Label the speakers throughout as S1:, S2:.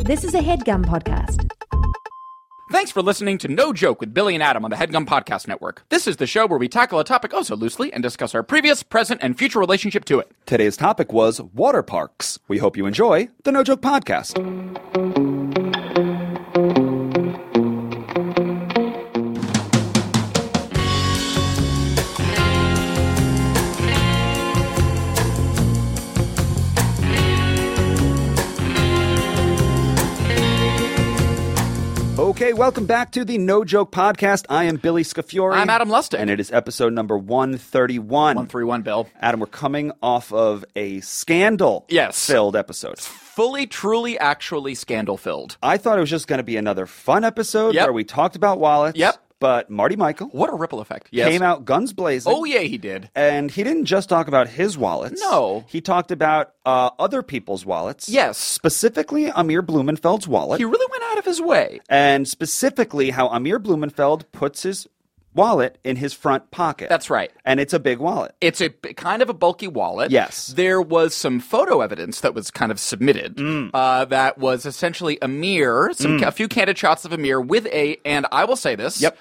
S1: This is a headgum podcast.
S2: Thanks for listening to No Joke with Billy and Adam on the HeadGum Podcast Network. This is the show where we tackle a topic oh so loosely and discuss our previous, present, and future relationship to it.
S3: Today's topic was water parks. We hope you enjoy the No Joke Podcast. Okay, welcome back to the No Joke Podcast. I am Billy Scafiore.
S2: I'm Adam Lustig.
S3: And it is episode number 131.
S2: 131 Bill.
S3: Adam, we're coming off of a scandal
S2: Yes.
S3: filled episode.
S2: Fully, truly, actually scandal filled.
S3: I thought it was just going to be another fun episode
S2: Yep.
S3: where we talked about wallets.
S2: Yep.
S3: But Marty Michael
S2: What a ripple effect. Yes.
S3: came out guns blazing.
S2: Oh, yeah, he did.
S3: And he didn't just talk about his wallets.
S2: No.
S3: He talked about uh, other people's wallets.
S2: Yes.
S3: Specifically, Amir Blumenfeld's wallet.
S2: He really went out of his way.
S3: and specifically, how Amir Blumenfeld puts his wallet in his front pocket.
S2: That's right.
S3: And it's a big wallet.
S2: It's a b- kind of a bulky wallet.
S3: Yes.
S2: There was some photo evidence that was kind of submitted
S3: Mm.
S2: uh, that was essentially a mirror, some, a few candid shots of a mirror with a, and I will say this,
S3: Yep.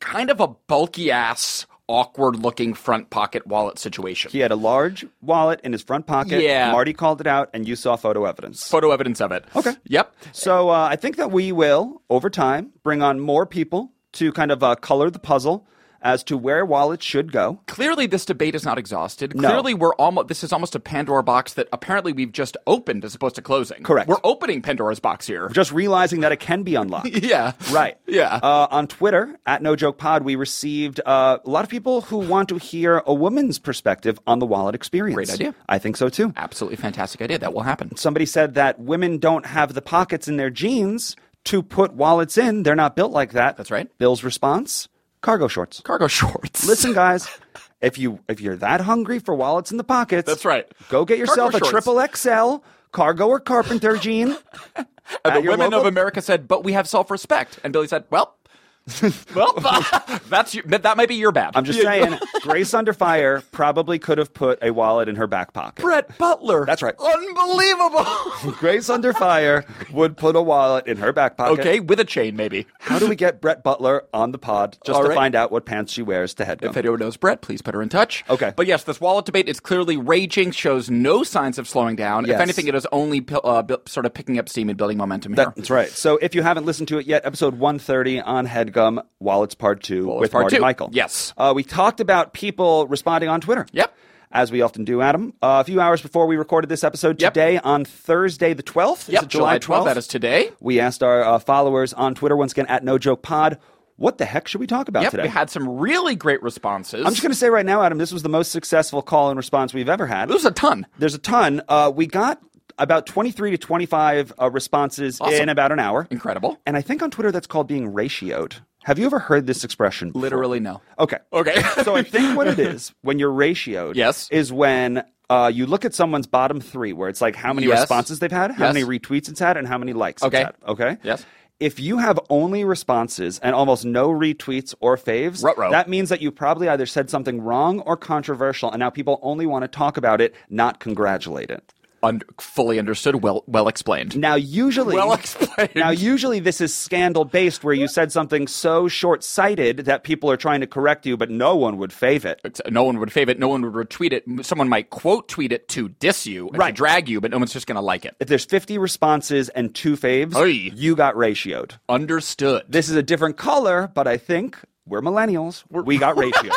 S2: kind of a bulky ass, awkward looking front pocket wallet situation.
S3: He had a large wallet in his front pocket.
S2: Yeah.
S3: Marty called it out, and you saw photo evidence.
S2: Photo evidence of it.
S3: Okay.
S2: Yep.
S3: So uh, I think that we will, over time, bring on more people to kind of uh, color the puzzle as to where wallets should go.
S2: Clearly, this debate is not exhausted.
S3: No.
S2: Clearly, we're almost. This is almost a Pandora box that apparently we've just opened as opposed to closing.
S3: Correct.
S2: We're opening Pandora's box here.
S3: Just realizing that it can be unlocked.
S2: yeah.
S3: Right.
S2: Yeah.
S3: Uh, on Twitter, at No Joke Pod, we received uh, a lot of people who want to hear a woman's perspective on the wallet experience.
S2: Great idea.
S3: I think so too.
S2: Absolutely fantastic idea. That will happen.
S3: Somebody said that women don't have the pockets in their jeans to put wallets in. They're not built like that.
S2: That's right.
S3: Bill's response cargo shorts.
S2: Cargo shorts.
S3: Listen, guys, if you if you're that hungry for wallets in the pockets,
S2: That's right.
S3: Go get yourself
S2: Cargo
S3: a triple XL cargo or carpenter jean.
S2: And
S3: at
S2: Uh, the
S3: your
S2: women
S3: local-
S2: of America said, "But we have self-respect." And Billy said, "Well, well, that's your, that, that might be your bad."
S3: I'm just saying, Grace Under Fire probably could have put a wallet in her back pocket.
S2: Brett Butler.
S3: That's right.
S2: Unbelievable.
S3: Grace Under Fire would put a wallet in her back pocket.
S2: okay, with a chain maybe.
S3: How do we get Brett Butler on the pod just
S2: All
S3: to
S2: right.
S3: find out what pants she wears to head?
S2: If anyone knows Brett, please put her in touch.
S3: Okay.
S2: But yes, this wallet debate is clearly raging, shows no signs of slowing down. If
S3: Yes.
S2: anything, it is only pi- uh, bu- sort of picking up steam and building momentum here.
S3: That's right. So if you haven't listened to it yet, episode 130 on Headgum, Wallets Part 2
S2: Wallets
S3: with
S2: Part
S3: Marty
S2: Two.
S3: Michael.
S2: Yes.
S3: Uh, we talked about people responding on Twitter.
S2: Yep.
S3: As we often do, Adam. Uh, a few hours before we recorded this episode
S2: Yep.
S3: today on Thursday the 12th. Is
S2: Yep,
S3: it July, 12th?
S2: That is today.
S3: We asked our uh, followers on Twitter, once again, at No Joke Pod, what the heck should we talk about
S2: Yep,
S3: today?
S2: we had some really great responses.
S3: I'm just going to say right now, Adam, this was the most successful call and response we've ever had.
S2: There's a ton.
S3: There's a ton. Uh, we got about 23 to 25 uh, responses
S2: Awesome.
S3: in about an hour.
S2: Incredible.
S3: And I think on Twitter that's called being ratioed. Have you ever heard this expression? before?
S2: Literally no.
S3: Okay.
S2: Okay.
S3: so I think what it is when you're ratioed
S2: Yes.
S3: is when uh, you look at someone's bottom three, where it's like how many
S2: Yes.
S3: responses they've had, how
S2: Yes.
S3: many retweets it's had, and how many likes
S2: Okay.
S3: it's had. Okay.
S2: Yes.
S3: If you have only responses and almost no retweets or faves,
S2: Ruh-roh.
S3: that means that you probably either said something wrong or controversial, and now people only want to talk about it, not congratulate it.
S2: Un- fully understood. Well, well explained.
S3: Now, usually,
S2: Well explained.
S3: Now, usually, this is scandal based, where you said something so short sighted that people are trying to correct you, but no one would fave it.
S2: No one would fave it. No one would retweet it. Someone might quote tweet it to diss you, and
S3: Right.
S2: to drag you, but no one's just going to like it.
S3: If there's 50 responses and two faves,
S2: Hey.
S3: you got ratioed.
S2: Understood.
S3: This is a different color, but I think we're millennials. we got ratioed.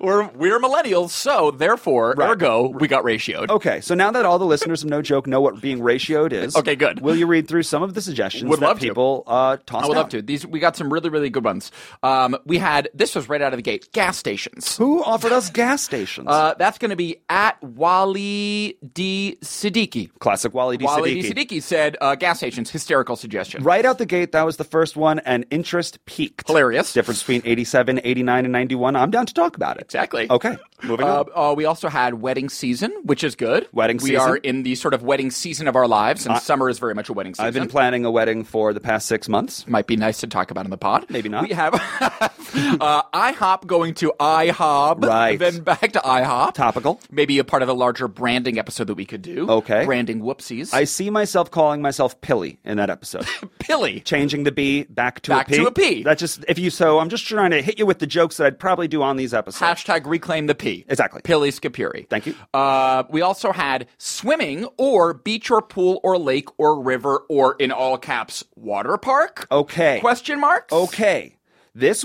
S2: we're we're millennials, so therefore,
S3: Right. Oh,
S2: ergo, we got ratioed.
S3: Okay, so now that all the listeners of No Joke know what being ratioed is,
S2: Okay, good.
S3: Will you read through some of the suggestions
S2: Would
S3: that
S2: love to.
S3: people uh, toss
S2: I would
S3: out?
S2: love to. These we got some really really good ones. Um, we had this was right out of the gate. Gas stations.
S3: Who offered us gas stations?
S2: Uh, that's going to be at Wali D Siddiqui.
S3: Classic Wally D.
S2: Wali D
S3: Siddiqui.
S2: Siddiqui said uh, gas stations. Hysterical suggestion.
S3: Right out the gate, that was the first one, and interest peaked.
S2: Hilarious.
S3: Difference between 87, 89, and 91. I'm down to talk about it. it.
S2: Exactly.
S3: Okay, moving
S2: Uh,
S3: on.
S2: uh, we also had wedding season, which is good.
S3: Wedding
S2: We
S3: season.
S2: are in the sort of wedding season of our lives, and summer is very much a wedding season.
S3: I've been planning a wedding for the past six months.
S2: might be nice to talk about in the pod.
S3: Maybe not.
S2: We have uh, IHOP going to IHOB,
S3: Right.
S2: Then back to IHOP.
S3: Topical.
S2: Maybe a part of a larger branding episode that we could do.
S3: Okay.
S2: Branding whoopsies.
S3: I see myself calling myself Pilly in that episode.
S2: Pilly.
S3: Changing the B back to
S2: Back
S3: a P.
S2: to a P.
S3: That's just if you so I'm just trying to hit you with the jokes that I'd probably do on these episodes.
S2: Hashtag reclaim the P.
S3: Exactly.
S2: Pilly Scapiri.
S3: Thank you.
S2: Uh, we also had swimming or beach or pool or lake or river or in all caps water park.
S3: Okay.
S2: Question marks.
S3: Okay. This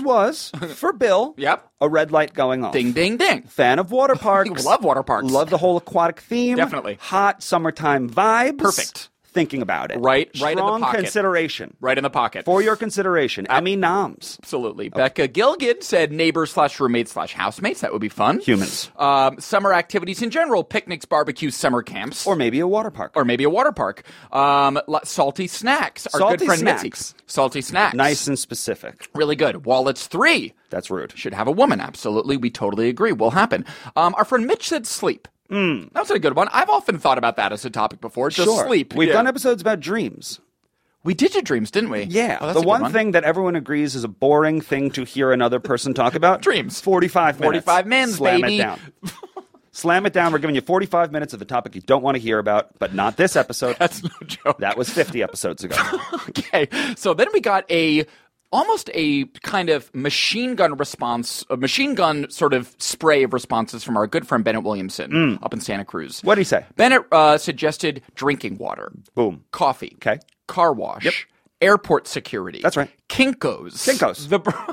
S3: was for Bill.
S2: Yep.
S3: A red light going off.
S2: Ding ding ding.
S3: Fan of water parks.
S2: love water parks.
S3: Love the whole aquatic theme.
S2: Definitely.
S3: Hot summertime vibes.
S2: Perfect.
S3: Thinking about it.
S2: Right- right in the
S3: Strong
S2: pocket.
S3: consideration.
S2: Right in the pocket.
S3: For your consideration. Emmy noms.
S2: Absolutely. Becca Gilgid said neighbors slash roommates slash housemates. That would be fun.
S3: Humans.
S2: Um, summer activities in general, picnics, barbecues, summer camps.
S3: Or maybe a water park.
S2: or maybe a water park. Um, lo- salty snacks. Our
S3: Salty
S2: good friend
S3: snacks.
S2: Mitzi. Salty snacks.
S3: nice and specific.
S2: Really good. Wallets three
S3: That's rude.
S2: should have a woman. Absolutely. We totally agree. Will happen. Um, our friend Mitch said sleep. Mm. That was a good one. I've often thought about that as a topic before. Just
S3: Hmm. sure.
S2: sleep.
S3: We've
S2: Yeah.
S3: done episodes about dreams.
S2: We did your dreams, didn't we?
S3: Yeah.
S2: Oh, that's a
S3: the
S2: good
S3: one, thing that everyone agrees is a boring thing to hear another person talk about.
S2: Dreams.
S3: 45 minutes.
S2: 45 mins,
S3: Slam
S2: baby.
S3: it down. Slam it down. We're giving you 45 minutes of a topic you don't want to hear about, but not this episode.
S2: That's no joke.
S3: that was 50 episodes ago.
S2: okay. So then we got a almost a kind of machine gun response, a machine gun sort of spray of responses from our good friend Bennett Williamson
S3: Mm.
S2: up in Santa Cruz.
S3: What'd he say?
S2: Bennett uh, suggested drinking water,
S3: Boom.
S2: coffee,
S3: Okay.
S2: car wash, airport security.
S3: That's right.
S2: Kinkos.
S3: Kinko's.
S2: The br-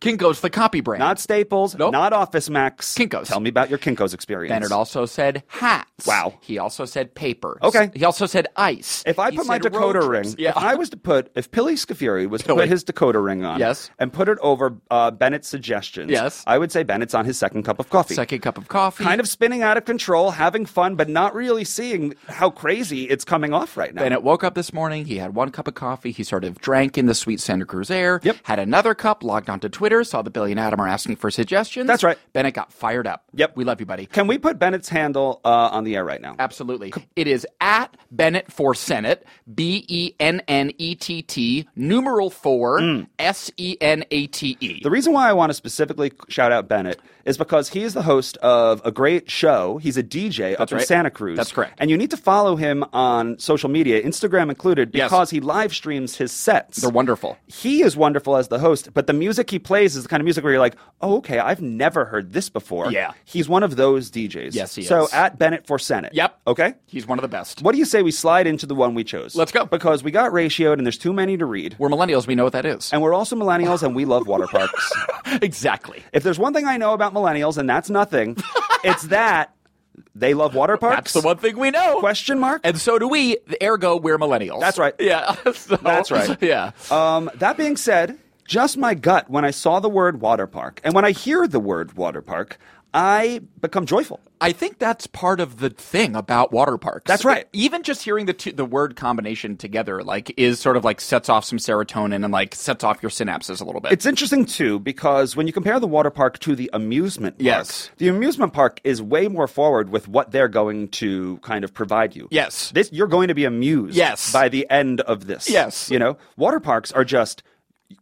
S2: Kinkos, the copy brand.
S3: Not Staples,
S2: Nope.
S3: not Office Max.
S2: Kinko's.
S3: Tell me about your Kinko's experience.
S2: Bennett also said hats.
S3: Wow.
S2: He also said papers.
S3: Okay.
S2: He also said ice.
S3: If I
S2: He
S3: put my
S2: said road
S3: Dakota
S2: trips.
S3: ring,
S2: Yeah.
S3: if I was to put, if Pilly Scafuri was to
S2: Pilly.
S3: put his Dakota ring on,
S2: Yes.
S3: and put it over uh, Bennett's suggestions,
S2: Yes.
S3: I would say Bennett's on his second cup of coffee.
S2: Second cup of coffee.
S3: Kind of spinning out of control, having fun, but not really seeing how crazy it's coming off right now.
S2: Bennett woke up this morning. He had one cup of coffee. He sort of drank in the sweet Santa Cruz air.
S3: Yep.
S2: Had another cup. Logged onto Twitter. Saw the Billy and Adam are asking for suggestions.
S3: That's right.
S2: Bennett got fired up.
S3: Yep.
S2: We love you, buddy.
S3: Can we put Bennett's handle uh, on the air right now?
S2: Absolutely. It is at Bennett for Senate. B E N N E T T numeral four S E N A T E.
S3: Mm. The reason why I want to specifically shout out Bennett is because he is the host of a great show. He's a DJ up in
S2: right.
S3: Santa Cruz.
S2: That's correct.
S3: And you need to follow him on social media, Instagram included,
S2: Yes.
S3: because he live streams his sets.
S2: They're wonderful.
S3: he is wonderful as the host, but the music he plays is the kind of music where you're like, oh, okay, I've never heard this before.
S2: Yeah.
S3: He's one of those DJs.
S2: Yes, he
S3: so
S2: is.
S3: at Bennett for Senate.
S2: Yep.
S3: Okay.
S2: He's one of the best.
S3: What do you say we slide into the one we chose?
S2: Let's go.
S3: Because we got ratioed and there's too many to read.
S2: We're millennials. We know what that is.
S3: And we're also millennials and we love water parks.
S2: exactly.
S3: If there's one thing I know about millennials, and that's nothing, it's that they love water parks.
S2: That's the one thing we know.
S3: Question mark.
S2: And so do we. Ergo, we're millennials.
S3: That's right.
S2: Yeah. So-
S3: That's right.
S2: Yeah.
S3: Um, that being said, just my gut when I saw the word water park, and when I hear the word water park, I become joyful.
S2: I think that's part of the thing about water parks. E,
S3: That's right.
S2: Even just hearing the two, the word combination together, like, is sort of like sets off some serotonin and like sets off your synapses a little bit.
S3: It's interesting too because when you compare the water park to the amusement park,
S2: Yes.
S3: the amusement park is way more forward with what they're going to kind of provide you.
S2: Yes.
S3: this you're going to be amused.
S2: Yes.
S3: by the end of this.
S2: Yes.
S3: you know, water parks are just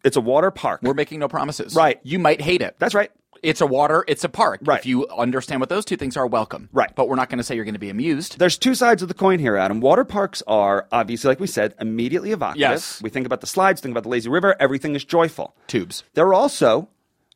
S3: it's a water park.
S2: We're making no promises.
S3: Right.
S2: You might hate it.
S3: That's right.
S2: It's a water. It's a park.
S3: Right.
S2: If you understand what those two things are, welcome.
S3: Right.
S2: But we're not going to say you're going to be amused.
S3: There's two sides of the coin here, Adam. Water parks are obviously, like we said, immediately evocative.
S2: Yes.
S3: We think about the slides, think about the lazy river, everything is joyful.
S2: Tubes.
S3: They're also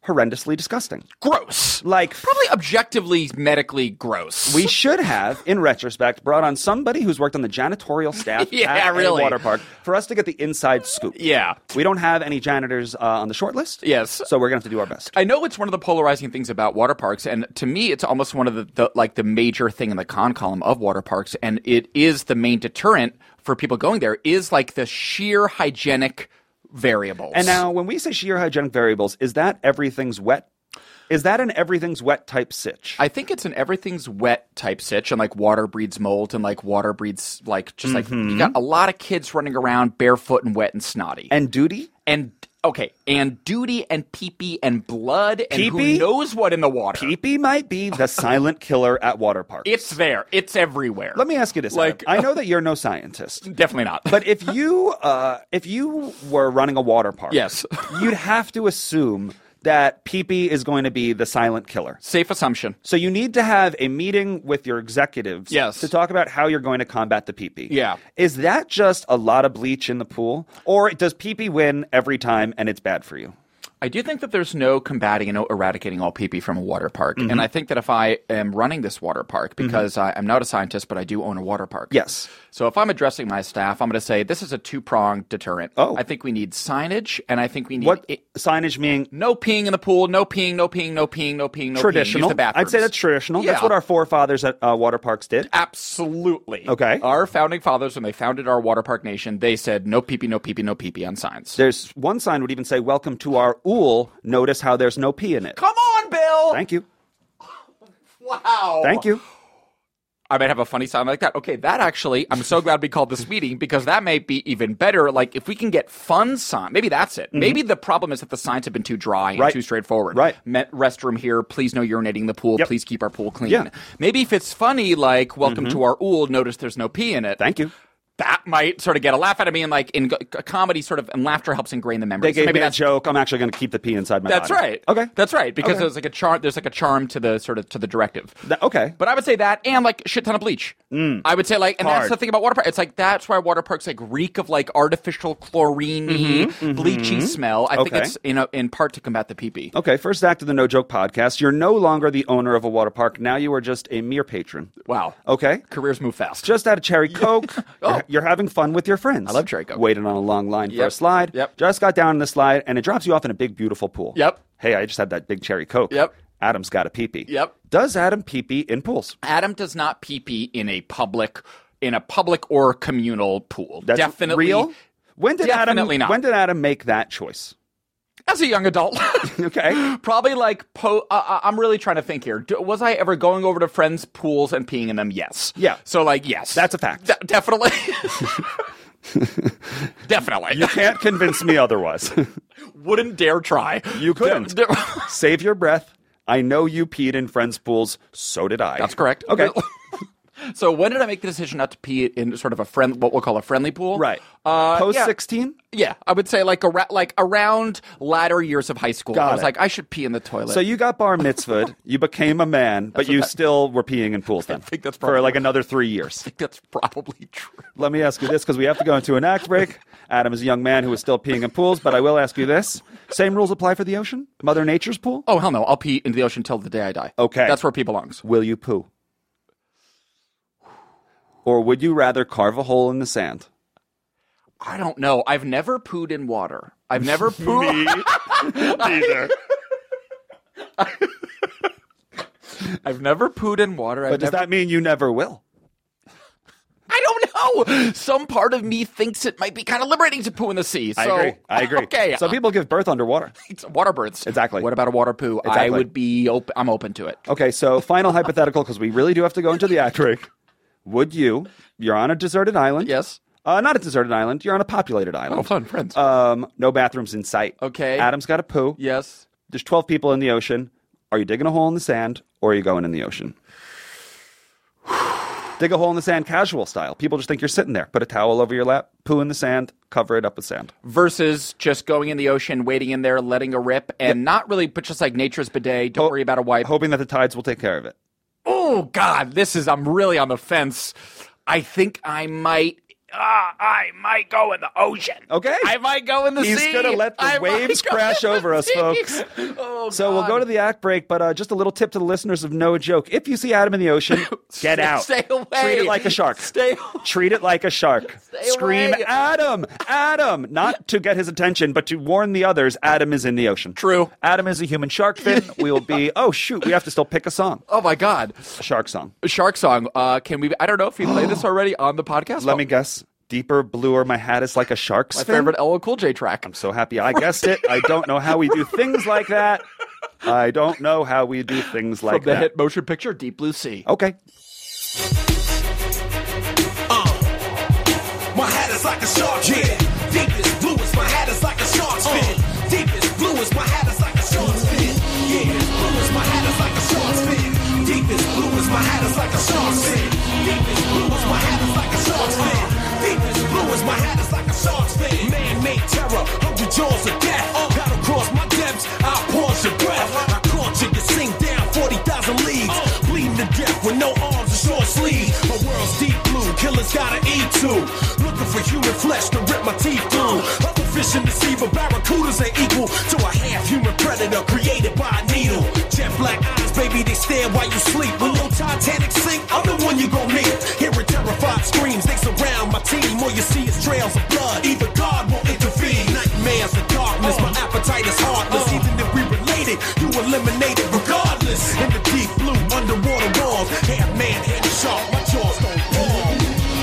S3: horrendously disgusting.
S2: Gross.
S3: Like,
S2: Probably objectively medically gross.
S3: we should have, in retrospect, brought on somebody who's worked on the janitorial staff
S2: Yeah,
S3: at a
S2: really.
S3: water park for us to get the inside scoop.
S2: Yeah.
S3: We don't have any janitors uh, on the short list.
S2: Yes.
S3: So we're going to have to do our best.
S2: I know it's one of the polarizing things about water parks, and to me, it's almost one of the, the like the major thing in the con column of water parks, and it is the main deterrent for people going there is like the sheer hygienic variables.
S3: And now, when we say sheer hygienic variables, is that everything's wet? Is that an everything's wet type sitch?
S2: I think it's an everything's wet type sitch, and like water breeds mold, and like water breeds
S3: Mm-hmm.
S2: like just like you got a lot of kids running around barefoot and wet and snotty,
S3: and duty?
S2: and okay, and duty and peepee and blood and who
S3: Pee-pee?
S2: knows what in the water.
S3: Peepee might be the silent killer at water parks.
S2: It's there. It's everywhere.
S3: Let me ask you this:
S2: Like-
S3: like, I know that you're no scientist,
S2: Definitely not.
S3: but if you uh, if you were running a water park,
S2: Yes.
S3: you'd have to assume that Peepee is going to be the silent killer.
S2: safe assumption.
S3: So you need to have a meeting with your executives
S2: Yes.
S3: to talk about how you're going to combat the peepee.
S2: Yeah.
S3: Is that just a lot of bleach in the pool? Or does peepee win every time and it's bad for you?
S2: I do think that there's no combating and no eradicating all pee from a water park.
S3: Mm-hmm.
S2: And I think that if I am running this water park, because I, I'm not a scientist, but I do own a water park.
S3: Yes.
S2: So if I'm addressing my staff, I'm going to say this is a two pronged deterrent.
S3: Oh.
S2: I think we need signage, and I think we need
S3: What
S2: i-
S3: signage meaning
S2: no peeing in the pool, no peeing, no peeing, no peeing, no peeing, no Peeing. Use
S3: traditional?
S2: the bathrooms.
S3: I'd say that's traditional.
S2: Yeah.
S3: That's what our forefathers at uh, water parks did.
S2: Absolutely.
S3: Okay.
S2: Our founding fathers, when they founded our water park nation, they said no pee pee, no pee pee, no pee pee on signs.
S3: There's one sign would even say, Welcome to our ool. Notice how there's no pee in it.
S2: Come on, Bill.
S3: Thank you.
S2: wow.
S3: Thank you.
S2: I might have a funny sound like that. Okay, that actually, I'm so glad we called this meeting because that may be even better. Like, if we can get fun sign, maybe that's it. Maybe the problem is that the signs have been too dry and
S3: Mm-hmm. Right.
S2: too straightforward.
S3: Right.
S2: Met restroom here. Please no urinating in the pool.
S3: Yep.
S2: Please keep our pool clean.
S3: Yeah. Mm-hmm.
S2: Maybe if it's funny, like, welcome to our ool, notice there's no pee in it.
S3: Thank you.
S2: That might sort of get a laugh out of me. And, like, in g- comedy, sort of, and laughter helps ingrain the memory.
S3: They
S2: so
S3: gave
S2: maybe
S3: me a
S2: that's
S3: joke. I'm actually going to keep the pee inside my
S2: that's
S3: body.
S2: right.
S3: Okay.
S2: That's right. Because
S3: Okay.
S2: there's like a charm there's like a charm to the sort of to the directive.
S3: That- okay.
S2: But I would say that and like shit ton of bleach. I would say like, and that's
S3: Mm. Hard.
S2: the thing about water parks. It's like that's why water parks like reek of like artificial chloriney, bleachy smell. I think
S3: Mm-hmm. Okay.
S2: it's in a, in part to combat the pee pee.
S3: Okay, first act of the No Joke podcast. You're no longer the owner of a water park. Now you are just a mere patron.
S2: Wow.
S3: Okay?
S2: Careers move fast.
S3: Oh. Just out of Cherry Coke. you're, you're having fun with your friends. I
S2: Oh. love Cherry Coke.
S3: Waiting on a long line for
S2: Yep.
S3: a slide.
S2: Yep.
S3: Just got down in the slide, and it drops you off in a big, beautiful pool.
S2: Yep.
S3: Hey, I just had that big Cherry Coke.
S2: Yep.
S3: Adam's got a peepee.
S2: Yep.
S3: Does Adam peepee in pools?
S2: Adam does not pee pee in a public in a public or communal pool.
S3: That's
S2: definitely
S3: real. When did
S2: Definitely
S3: Adam?
S2: not.
S3: When did Adam make that choice?
S2: as a young adult.
S3: Okay.
S2: Probably like po- uh, uh, I'm really trying to think here. Do, was I ever going over to friends' pools and peeing in them? Yes.
S3: Yeah.
S2: So like yes,
S3: That's a fact.
S2: De- definitely. definitely.
S3: Can't convince me otherwise.
S2: Wouldn't dare try.
S3: You couldn't.
S2: De- de-
S3: Save your breath. I know you peed in friends' pools. So did I.
S2: That's correct.
S3: Okay.
S2: so when did I make the decision not to pee in sort of a friend, what we'll call a friendly pool?
S3: right.
S2: Uh,
S3: Post
S2: yeah.
S3: 16?
S2: Yeah, I would say like ara- like around latter years of high school.
S3: Got
S2: I was
S3: it.
S2: like, I should pee in the toilet.
S3: So you got bar mitzvahed. you became a man, but you still were peeing in pools then. I
S2: think that's
S3: for
S2: probably-
S3: like another three years.
S2: that's probably true.
S3: Let me ask you this because we have to go into an act break. Adam is a young man who is still peeing in pools, but I will ask you this. Same rules apply for the ocean? Mother Nature's pool?
S2: Oh hell no! I'll pee into the ocean till the day I die.
S3: Okay.
S2: that's where pee belongs.
S3: Will you poo? Or would you rather carve a hole in the sand?
S2: I don't know. I've never pooed in water. I've never pooed.
S3: Either.
S2: I've never pooed in water. I've
S3: But does
S2: never-
S3: that mean you never will?
S2: I don't know. Some part of me thinks it might be kind of liberating to poo in the sea. So,
S3: I agree.
S2: Okay. uh,
S3: Some people give birth underwater.
S2: It's water births.
S3: Exactly.
S2: What about a water poo? I
S3: Exactly.
S2: would be open. I'm open to it.
S3: Okay, so final hypothetical because we really do have to go into the act break. Would you? You're on a deserted island.
S2: Yes.
S3: Uh, not a deserted island. You're on a populated island.
S2: Oh, fun, friends.
S3: Um, no bathrooms in sight.
S2: Okay.
S3: Adam's got a poo.
S2: yes.
S3: There's 12 people in the ocean. Are you digging a hole in the sand or are you going in the ocean? Dig a hole in the sand casual style. People just think you're sitting there. Put a towel over your lap, poo in the sand, cover it up with sand.
S2: Versus just going in the ocean, waiting in there, letting a rip, and not really, but just like nature's bidet. Don't
S3: Ho-
S2: worry about a wipe.
S3: Hoping that the tides will take care of it.
S2: oh God, this is. I'm really on the fence. I think I might. Ah, I might go in the ocean.
S3: Okay.
S2: I might go in the
S3: He's
S2: sea.
S3: gonna let the
S2: I might
S3: waves
S2: go
S3: crash
S2: in the
S3: over us,
S2: sea.
S3: folks.
S2: Oh,
S3: So we'll go to the act break, but uh, just a little tip to the listeners of No Joke. If you see Adam in the ocean, get out.
S2: Stay away.
S3: Treat it like a shark.
S2: Stay away.
S3: Treat it like a shark. Scream,
S2: away.
S3: Adam, Adam, not to get his attention, but to warn the others Adam is in the ocean.
S2: True.
S3: Adam is a human shark fin. We will be, oh, shoot, we have to still pick a song,
S2: Oh my God,
S3: a shark song.
S2: shark song. Uh, can we? I don't know if we played this already on the podcast.
S3: Let
S2: Oh,
S3: me guess. Deeper, bluer, my hat is like a shark's
S2: My
S3: fin.
S2: favorite LL Cool J track.
S3: I'm so happy I guessed it. I don't know how we do things like that. I don't know how we do things like
S2: From the
S3: that.
S2: hit motion picture Deep Blue Sea.
S3: Okay.
S4: My hat is like a shark fin. Deepest, bluest, my hat is like a shark's fin. like a shark fin. Deepest blue is my hat is like a shark's fin. Deepest blue is my hat is like a shark's fin. Man-made terror, hundred jaws of death. Gotta cross my depths, I pause your breath. I caught you, you sink down 40,000 leagues. Bleeding to death with no arms and short sleeves. My world's deep blue, killers gotta eat too. Looking for human flesh to rip my teeth through. Other fish in the sea, but barracudas ain't equal to a half-human predator created by a needle. Jet black eyes, baby, they stare while you sleep. When your Titanic sink, I'm the one you gon' meet. Hearing terrified screams, they surround my team. All you see is trails of blood. Either God will intervene. Nightmares and darkness, my appetite is heartless. Even if we related, you eliminate it regardless. In the deep blue underwater walls, half man, half shark, my jaws don't fall.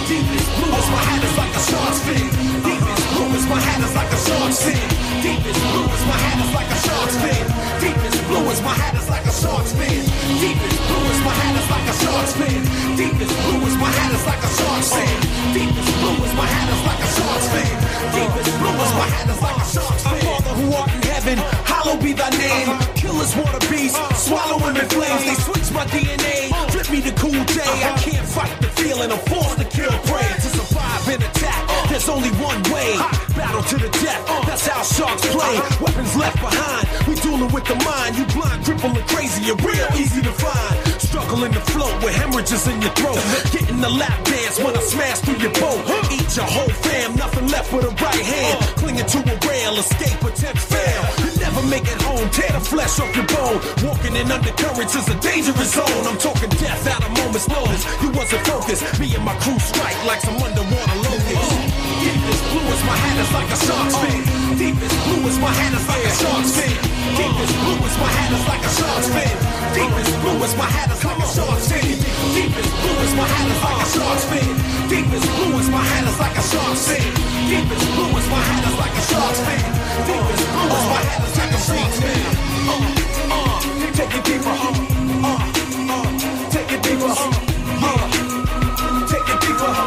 S4: Deepest blue is my hat is like a shark's fin. Deepest blue is my hat is like a shark's fin. Deepest blue is my hat is like a shark's fin. Deepest blue is my hat is like a shark's fin. Deepest blue is my hat is like a shark's fin. Deepest blue is my hat is like a shark's fin. Deepest blue is my hat is like a shark's fin. Deepest blue is my hat is like a shark's fin. Our Father who art in heaven, hallowed be thy name. Killers, water beasts, swallowing in flames. They switch my DNA, flip me to Cool J. I can't fight the feeling, I'm forced to kill prey. To survive an attack, there's only one way. Battle to the death, Uh, that's how sharks play. Weapons left behind, we dueling with the mind. You blind, crippled, and crazy, you're real easy to find. Struggling to float with hemorrhages in your throat. Getting the lap dance when I smash through your boat. Eat your whole fam, nothing left with a right hand. Clinging to a rail, escape attempts fail. You never make it home, tear the flesh off your bone. Walking in undercurrents is a dangerous zone. I'm talking death out of moments notice. You wasn't focused. Me and my crew strike like some underwater locusts. Deepest blue is my hat is like a shark's fin. Deepest blue is my hat is like a shark's fin. Deepest blue is my hat is like a shark's fin. Deepest blue is my hat is like a shark's fin. Deepest blue is my hat is like a shark's fin. Deepest blue is my hat is like a shark's fin. Deepest blue is my hat is like a shark's fin. Deepest blue is my hat is like a shark's fin. Uh, uh, take it deeper. Uh, uh, uh, take it deeper. Uh, uh, take it deeper. Uh,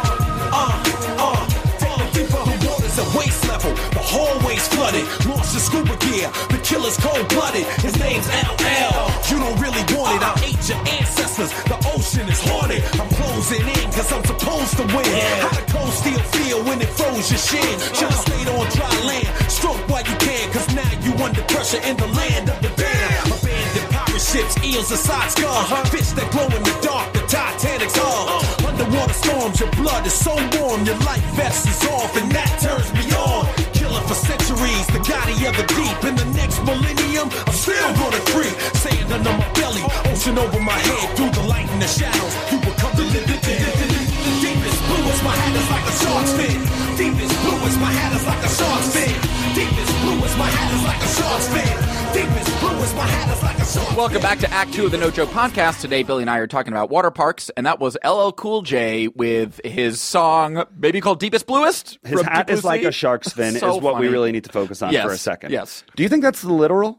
S4: uh, take it deeper. The water's at waist level. The hallway's flooded. Launched the scuba gear. The killer's cold blooded. His name's LL. You don't really want it. I hate your ancestors. The ocean is haunted. I'm closing in because I'm supposed to win. How the cold steel feel when it froze your shin? Should've stayed on dry land. Stroke while you can because now you under pressure in the land of the damned. Abandoned pirate ships, eels and side skull. Fish that glow in the dark, the Titanic's all. Underwater storms, your blood is so warm, your life vest is off, and that turns me on. Killer for centuries, the guy of the deep. In the next millennium, I'm still gonna creep. Sand under my belly, ocean over my head, through the light and the shadows. You will come to live it Deepest blue is my hat is like a shark's fin. Deepest blue is my hat is like a shark's fin. Deepest blue is my hat is like a shark's fin. Deepest blue is my hat is like a shark's fin.
S2: Welcome back to Act Two of the No Joke Podcast. Today, Billy and I are talking about water parks, and that was LL Cool J with his song, maybe called "Deepest Bluest."
S3: His
S2: from
S3: hat
S2: Deep
S3: is
S2: Blue
S3: like
S2: Sea.
S3: a shark's fin,
S2: So
S3: is what we
S2: funny.
S3: really need to focus on for a
S2: Yes,
S3: second.
S2: yes.
S3: Do you think that's the literal?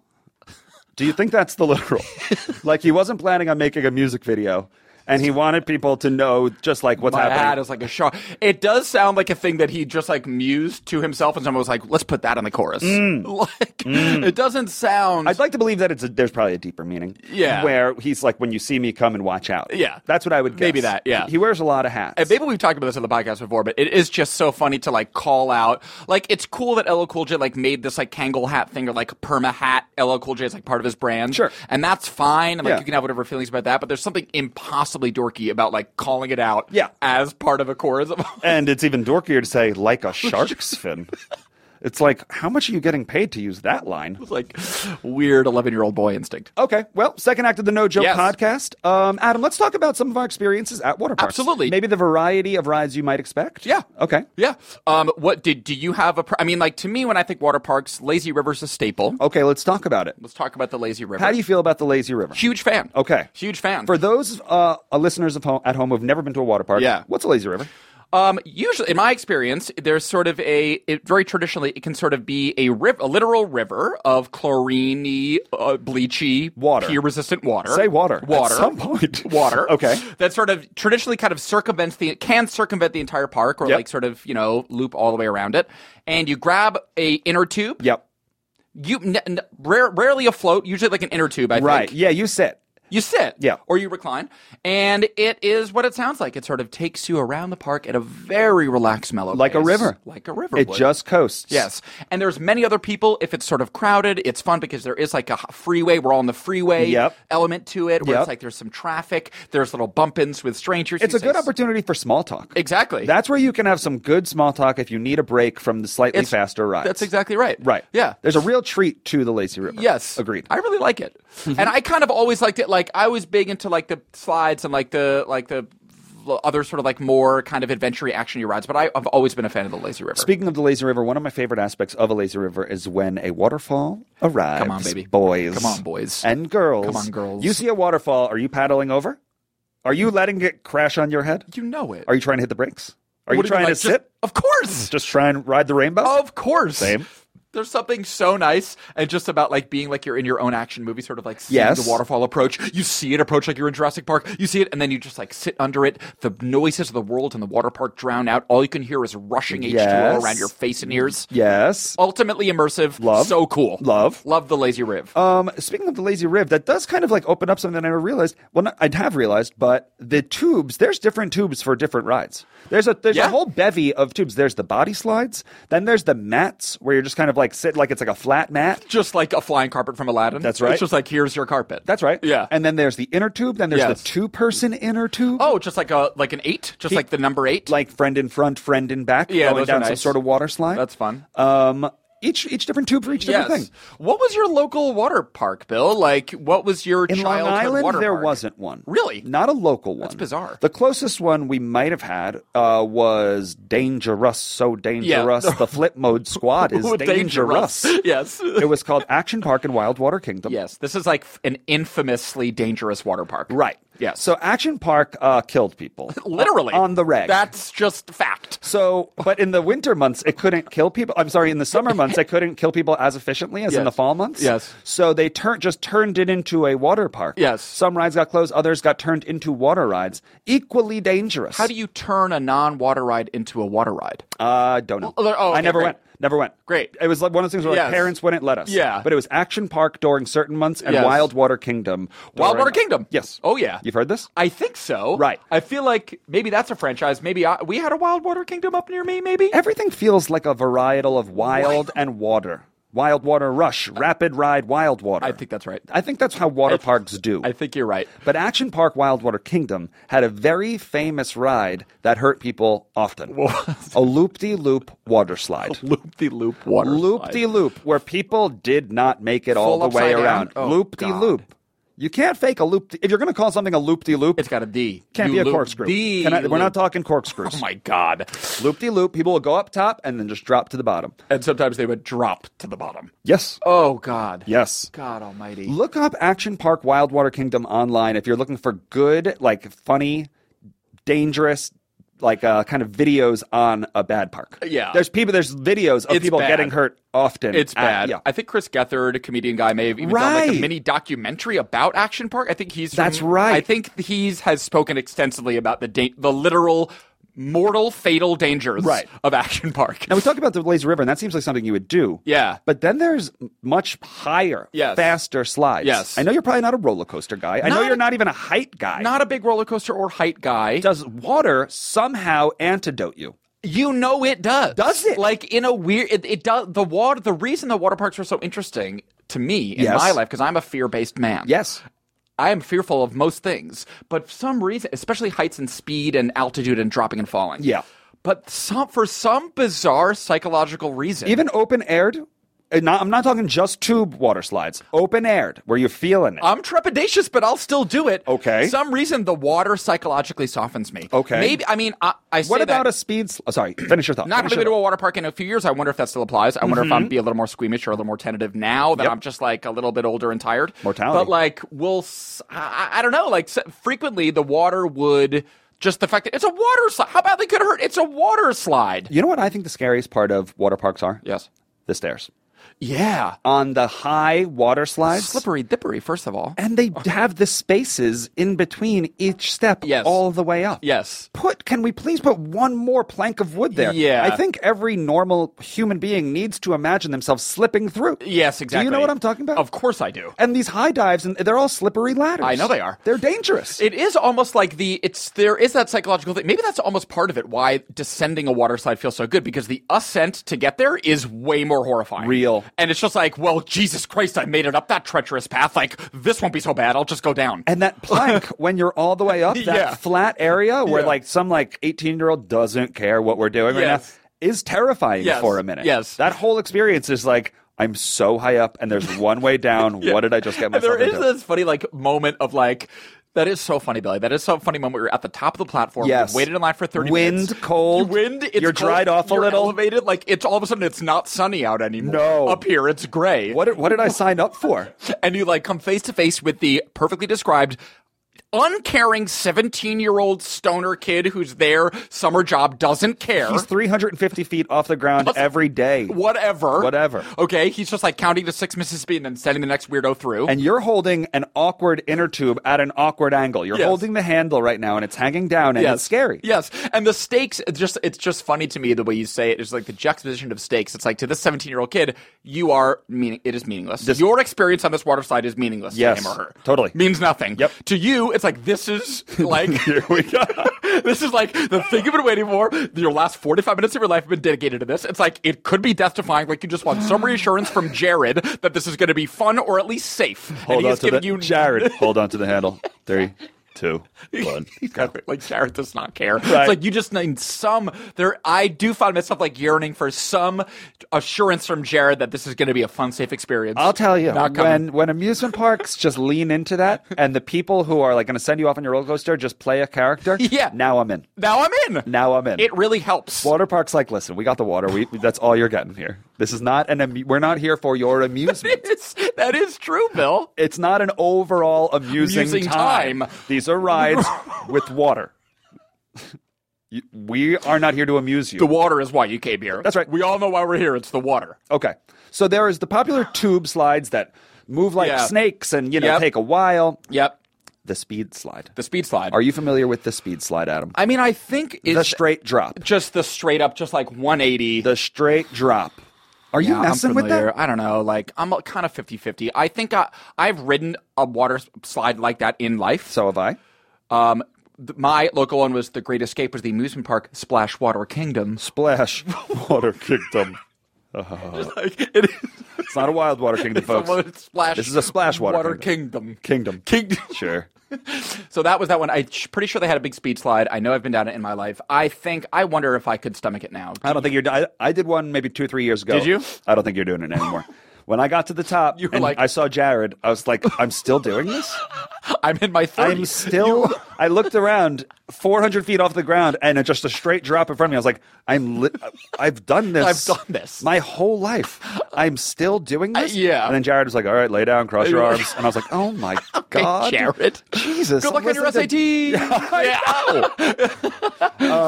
S3: Do you think that's the literal? like he wasn't planning on making a music video, and he wanted people to know just like what's
S2: My
S3: happening.
S2: hat is like a shark. It does sound like a thing that he just like mused to himself, and someone was like, "Let's put that on the chorus."
S3: Mm.
S2: Like, it doesn't sound.
S3: I'd like to believe that it's a, there's probably a deeper meaning.
S2: Yeah.
S3: Where he's like, when you see me, come and watch out.
S2: Yeah.
S3: That's what I would guess.
S2: Maybe that, yeah.
S3: He, he wears a lot of hats.
S2: And maybe we've talked about this on the podcast before, but it is just so funny to like call out. Like, it's cool that LL Cool J like made this like Kangol hat thing or like perma hat. LL Cool J is like part of his brand,
S3: Sure.
S2: and that's fine. And, like,
S3: Yeah.
S2: you can have whatever feelings about that, but there's something impossibly dorky about like calling it out,
S3: Yeah.
S2: as part of a chorus. Of-
S3: and it's even dorkier to say, like a shark's fin. It's like, how much are you getting paid to use that line?
S2: it's like weird eleven year old boy instinct.
S3: Okay, well, second act of the No Joke
S2: Yes.
S3: podcast. Um, Adam, let's talk about some of our experiences at water parks.
S2: Absolutely.
S3: Maybe the variety of rides you might expect.
S2: Yeah.
S3: Okay.
S2: Yeah. Um, what did do you have a? Pr- I mean, like to me, when I think water parks, Lazy River's a staple.
S3: Okay, let's talk about it.
S2: Let's talk about the Lazy River.
S3: Oh. How do you feel about the lazy river?
S2: Huge fan.
S3: Okay.
S2: Huge fan.
S3: For those uh, listeners of home, at home who've never been to a water park,
S2: Yeah.
S3: what's a lazy river?
S2: Um, usually, in my experience, there's sort of a it, very traditionally it can sort of be a riv- a literal river of chloriney, uh, bleachy,
S3: Water.
S2: pee resistant water.
S3: Say water. At
S2: water.
S3: some point.
S2: water.
S3: Okay.
S2: that sort of traditionally kind of circumvents the can circumvent the entire park or
S3: Yep.
S2: like sort of you know loop all the way around it, and you grab a inner tube.
S3: Yep.
S2: You n- n- rare, rarely a float, usually like an inner tube. I
S3: Right.
S2: think.
S3: Yeah, you sit.
S2: You sit.
S3: Yeah.
S2: Or you recline. And it is what it sounds like. It sort of takes you around the park at a very relaxed, mellow
S3: Like a
S2: pace.
S3: river.
S2: Like a river.
S3: It
S2: would.
S3: just coasts.
S2: Yes, and there's many other people. If it's sort of crowded, it's fun because there is like a h- freeway. We're all on the freeway
S3: Yep.
S2: element to it. Where
S3: Yep.
S2: it's like there's some traffic. There's little bump-ins with strangers.
S3: It's
S2: You
S3: a good
S2: say-
S3: opportunity for small talk.
S2: Exactly.
S3: That's where you can have some good small talk if you need a break from the slightly
S2: It's-
S3: faster ride.
S2: That's exactly right.
S3: Right.
S2: Yeah.
S3: There's a real treat to the lazy river.
S2: Yes.
S3: Agreed. Mm-hmm.
S2: I really like it. And I kind of always liked it. Like I was big into like the slides and like the like the other sort of like more kind of adventure actiony rides, but I, I've always been a fan of the lazy river.
S3: Speaking of the lazy river, one of my favorite aspects of a lazy river is when a waterfall arrives.
S2: Come on, baby.
S3: Boys.
S2: Come on, boys.
S3: And girls.
S2: Come on, girls.
S3: You see a waterfall. Are you paddling over? Are you letting it crash on your head?
S2: you know it.
S3: Are you trying to hit the brakes? Are
S2: What
S3: you
S2: do mean,
S3: trying
S2: like,
S3: to
S2: just- Oh,
S3: sit?
S2: Of course.
S3: Just try and ride the rainbow?
S2: Of course.
S3: Same.
S2: There's something so nice and just about like being like you're in your own action movie, sort of like seeing
S3: Yes.
S2: the waterfall approach. You see it approach like you're in Jurassic Park. You see it, and then you just like sit under it. The noises of the world and the water park drown out. All you can hear is rushing H2O
S3: Yes.
S2: around your face and ears.
S3: Yes.
S2: Ultimately immersive.
S3: Love.
S2: So cool.
S3: Love.
S2: Love the lazy riv.
S3: Um, speaking of the lazy riv, that does kind of like open up something that I never realized. Well, not, I'd have realized, but the tubes. There's different tubes for different rides. There's a there's a
S2: Yeah.
S3: whole bevy of tubes. There's the body slides. Then there's the mats where you're just kind of like sit like it's like a flat mat.
S2: just like a flying carpet from Aladdin.
S3: That's right.
S2: It's just like here's your carpet.
S3: That's right.
S2: Yeah.
S3: And then there's the inner tube. Then there's
S2: Yes.
S3: the two person inner tube.
S2: oh, just like a like an eight, just
S3: He-
S2: like the number eight.
S3: like friend in front, friend in back.
S2: Yeah,
S3: going
S2: those are
S3: down some
S2: nice.
S3: sort of water slide.
S2: That's fun.
S3: Um, each each different tube for each different
S2: Yes.
S3: thing.
S2: What was your local water park, Bill? Like, what was your
S3: In Long
S2: childhood
S3: Island,
S2: water
S3: there
S2: park?
S3: wasn't one.
S2: Really?
S3: Not a local one.
S2: bizarre.
S3: The closest one we might have had uh, was Dangerous, so dangerous. The flip mode squad is
S2: Ooh,
S3: dangerous.
S2: yes.
S3: it was called Action Park in Wildwater Kingdom.
S2: yes. This is like an infamously dangerous water park.
S3: Right.
S2: Yes.
S3: So Action Park uh, killed people.
S2: Literally.
S3: On the reg.
S2: That's just fact.
S3: So, but in the winter months, it couldn't kill people. I'm sorry, in the summer months, it couldn't kill people as efficiently as in
S2: Yes.
S3: the fall months.
S2: Yes.
S3: So they turn just turned it into a water park.
S2: Yes.
S3: Some rides got closed, others got turned into water rides. Equally dangerous.
S2: How do you turn a non water ride into a water ride?
S3: Uh, don't know.
S2: Oh, oh,
S3: I
S2: okay,
S3: never
S2: great.
S3: went. Never went.
S2: Great.
S3: It was like one of those things where like
S2: Yes.
S3: parents wouldn't let us.
S2: Yeah.
S3: But it was Action Park during certain months and
S2: Yes.
S3: Wild Water Kingdom.
S2: Wild
S3: during-
S2: Water Kingdom.
S3: Yes.
S2: Oh, yeah.
S3: You've heard this?
S2: I think so.
S3: Right.
S2: I feel like maybe that's a franchise. Maybe I, we had a Wild Water Kingdom up near me, maybe?
S3: Everything feels like a varietal of wild and water. Wild Water Rush, Rapid Ride, Wild Water.
S2: I think that's right.
S3: I think that's how water parks do.
S2: I think you're right.
S3: But Action Park Wild Water Kingdom had a very famous ride that hurt people often. a loop-de-loop water slide.
S2: Loop the loop water.
S3: loop
S2: slide.
S3: de loop where people did not make it all
S2: Full
S3: the
S2: upside
S3: way
S2: down?
S3: around.
S2: Oh,
S3: loop de loop. You can't fake a loop. If you're going to call something a loop de loop,
S2: It's got a D.
S3: can't
S2: You
S3: be a
S2: loop
S3: corkscrew.
S2: D
S3: Can I- we're not
S2: loop.
S3: talking corkscrews.
S2: Oh my god.
S3: Loop de loop. People will go up top and then just drop to the bottom.
S2: And sometimes they would drop to the bottom.
S3: Yes.
S2: Oh god.
S3: Yes.
S2: God almighty.
S3: Look up Action Park Wildwater Kingdom online if you're looking for good, like funny, dangerous, like uh, kind of videos on a bad park.
S2: Yeah.
S3: There's people. There's videos of
S2: It's
S3: people
S2: bad.
S3: getting hurt often.
S2: it's
S3: at-
S2: bad.
S3: yeah.
S2: I think Chris Gethard, a comedian guy, may have even done like
S3: Right.
S2: a mini documentary about Action Park. I think he's from-
S3: That's right.
S2: I think he's has spoken extensively about the da- the literal mortal fatal dangers
S3: Right.
S2: of Action Park.
S3: Now we talk about the lazy river, and that seems like something you would do.
S2: Yeah.
S3: But then there's m- much higher,
S2: Yes.
S3: faster slides.
S2: Yes.
S3: I know you're probably not a roller coaster guy. I know
S2: Not-
S3: you're not even a height guy.
S2: not a big roller coaster or height guy.
S3: Does water somehow antidote you?
S2: You know it does.
S3: Does it?
S2: Like in a weird it, it does the water the reason the water parks are so interesting to me in
S3: Yes.
S2: my life because I'm a fear-based man.
S3: Yes.
S2: I am fearful of most things, but for some reason, especially heights and speed and altitude and dropping and falling.
S3: Yeah.
S2: But some for some bizarre psychological reason.
S3: Even open aired. uh, Not, I'm not talking just tube water slides. Open aired, where you're feeling it.
S2: I'm trepidatious, but I'll still do it.
S3: Okay.
S2: Some reason the water psychologically softens me.
S3: Okay.
S2: Maybe I mean I. I say
S3: what about
S2: that-
S3: a speed? Sl- oh, sorry, finish your thought.
S2: not going
S3: Finish
S2: to go
S3: your
S2: to
S3: thought.
S2: a water park in a few years. I wonder if that still applies. I wonder if I'm be a little more squeamish or a little more tentative now that
S3: Mm-hmm. Yep.
S2: I'm just like a little bit older and tired.
S3: Mortality.
S2: But like, we'll. s- I, I- I don't know. Like, s- frequently the water would just the fact that it's a water slide. How badly could it hurt? It's a water slide.
S3: You know what I think the scariest part of water parks are?
S2: Yes.
S3: The stairs.
S2: Yeah.
S3: on the high water slides.
S2: Slippery dippery, first of all.
S3: And they have the spaces in between each step
S2: Yes.
S3: all the way up.
S2: Yes.
S3: Put can we please put one more plank of wood there?
S2: Yeah.
S3: I think every normal human being needs to imagine themselves slipping through.
S2: Yes, exactly.
S3: Do you know what I'm talking about?
S2: Of course I do.
S3: And these high dives and they're all slippery ladders.
S2: I know they are.
S3: They're dangerous.
S2: It is almost like the it's there is that psychological thing. Maybe that's almost part of it why descending a water slide feels so good because the ascent to get there is way more horrifying.
S3: Real.
S2: And it's just like, well, Jesus Christ, I made it up that treacherous path. Like this won't be so bad. I'll just go down.
S3: And that plank, when you're all the way up, that
S2: Yeah.
S3: flat area where
S2: Yeah.
S3: like some like 18 year old doesn't care what we're doing right
S2: Yes.
S3: now, is terrifying
S2: Yes.
S3: for a minute.
S2: Yes.
S3: that whole experience is like I'm so high up, and there's one way down. What did I just get
S2: And
S3: myself
S2: there is
S3: into?
S2: this funny like moment of like that is so funny, Billy. That is so funny moment where you're at the top of the platform.
S3: Yes.
S2: You've waited in line for thirty
S3: Wind,
S2: minutes.
S3: cold.
S2: You wind. It's
S3: You're
S2: cold,
S3: dried off a
S2: you're
S3: little.
S2: Elevated. Like it's all of a sudden it's not sunny out anymore.
S3: No.
S2: Up here it's gray.
S3: What did, what did I sign up for?
S2: And you like come face to face with the perfectly described. Uncaring 17 year old stoner kid who's there, summer job, doesn't care.
S3: He's 350 feet off the ground every day.
S2: whatever.
S3: Whatever.
S2: Okay, he's just like counting to six Mississippi and then sending the next weirdo through.
S3: And you're holding an awkward inner tube at an awkward angle. You're
S2: Yes.
S3: holding the handle right now, and it's hanging down, and it's scary.
S2: Yes, and the stakes. It's just it's just funny to me the way you say it. It's like the juxtaposition of stakes. It's like to this seventeen year old kid, you are meaning it is meaningless.
S3: This-
S2: Your experience on this water slide is meaningless.
S3: Yes,
S2: to him or her.
S3: totally.
S2: means nothing.
S3: Yep.
S2: To you, it's like this is like
S3: Here we go.
S2: this is like the thing you've been waiting for. Your last forty five minutes of your life have been dedicated to this. It's like it could be death defying. Like you just want some reassurance from Jared that this is going to be fun or at least safe.
S3: Hold
S2: and
S3: on
S2: he's
S3: to the
S2: giving you
S3: Jared. hold on to the handle. Three, two, one.
S2: He's got it. Like Jared does not care.
S3: Right.
S2: It's like you just need some. There, I do find myself like yearning for some assurance from Jared that this is going to be a fun, safe experience.
S3: I'll tell you
S2: Not coming.
S3: when when amusement parks just lean into that, and the people who are like going to send you off on your roller coaster just play a character.
S2: Yeah.
S3: Now I'm in.
S2: now I'm in.
S3: Now I'm in.
S2: it really helps.
S3: Water parks like, listen, we got the water. We that's all you're getting here. This is not an. Amu- we're not here for your amusement.
S2: It's, that is true, Bill.
S3: it's not an overall amusing,
S2: Amusing time.
S3: These are rides with water. You- we are not here to amuse you.
S2: The water is why you came here.
S3: That's right.
S2: We all know why we're here. It's the water.
S3: Okay. So there is the popular tube slides that move like
S2: Yeah.
S3: snakes and you know
S2: Yep.
S3: take a while.
S2: Yep.
S3: The speed slide.
S2: The speed slide.
S3: Are you familiar with the speed slide, Adam?
S2: I mean, I think it's
S3: the straight drop.
S2: just the straight up, just like 180.
S3: The straight drop. Are you
S2: Yeah, I'm
S3: messing with
S2: familiar.
S3: that?
S2: I don't know. Like I'm kind of 50-50. I think I I've ridden a water s- slide like that in life.
S3: So have I.
S2: Um, th- my local one was the Great Escape, was the amusement park Splash Water Kingdom.
S3: Splash. Water Kingdom.
S2: Like, it is
S3: It's not a wild water kingdom, folks.
S2: someone that splash.
S3: This is a splash water
S2: kingdom.
S3: Kingdom.
S2: Kingdom.
S3: Sure.
S2: So that was that one. I'm sh- pretty sure they had a big speed slide. I know I've been down it in my life. I think I wonder if I could stomach it now.
S3: I don't think you're. I, I did one maybe two, three years ago.
S2: Did you?
S3: I don't think you're doing it anymore. when I got to the top,
S2: You were
S3: and
S2: like-
S3: I saw Jared. I was like, I'm still doing this.
S2: I'm in my 30s.
S3: I'm still. I looked around, 400 feet off the ground, and just a straight drop in front of me. I was like, "I'm. Li- I've done this.
S2: I've done this.
S3: my whole life. I'm still doing this."
S2: Uh, yeah.
S3: And then Jared was like, "All right, lay down, cross your
S2: Yeah.
S3: arms," and I was like, "Oh my
S2: Hey,
S3: god,
S2: Jared.
S3: Jesus,
S2: Good luck on your
S3: listen
S2: SAT.
S3: to-
S2: yeah.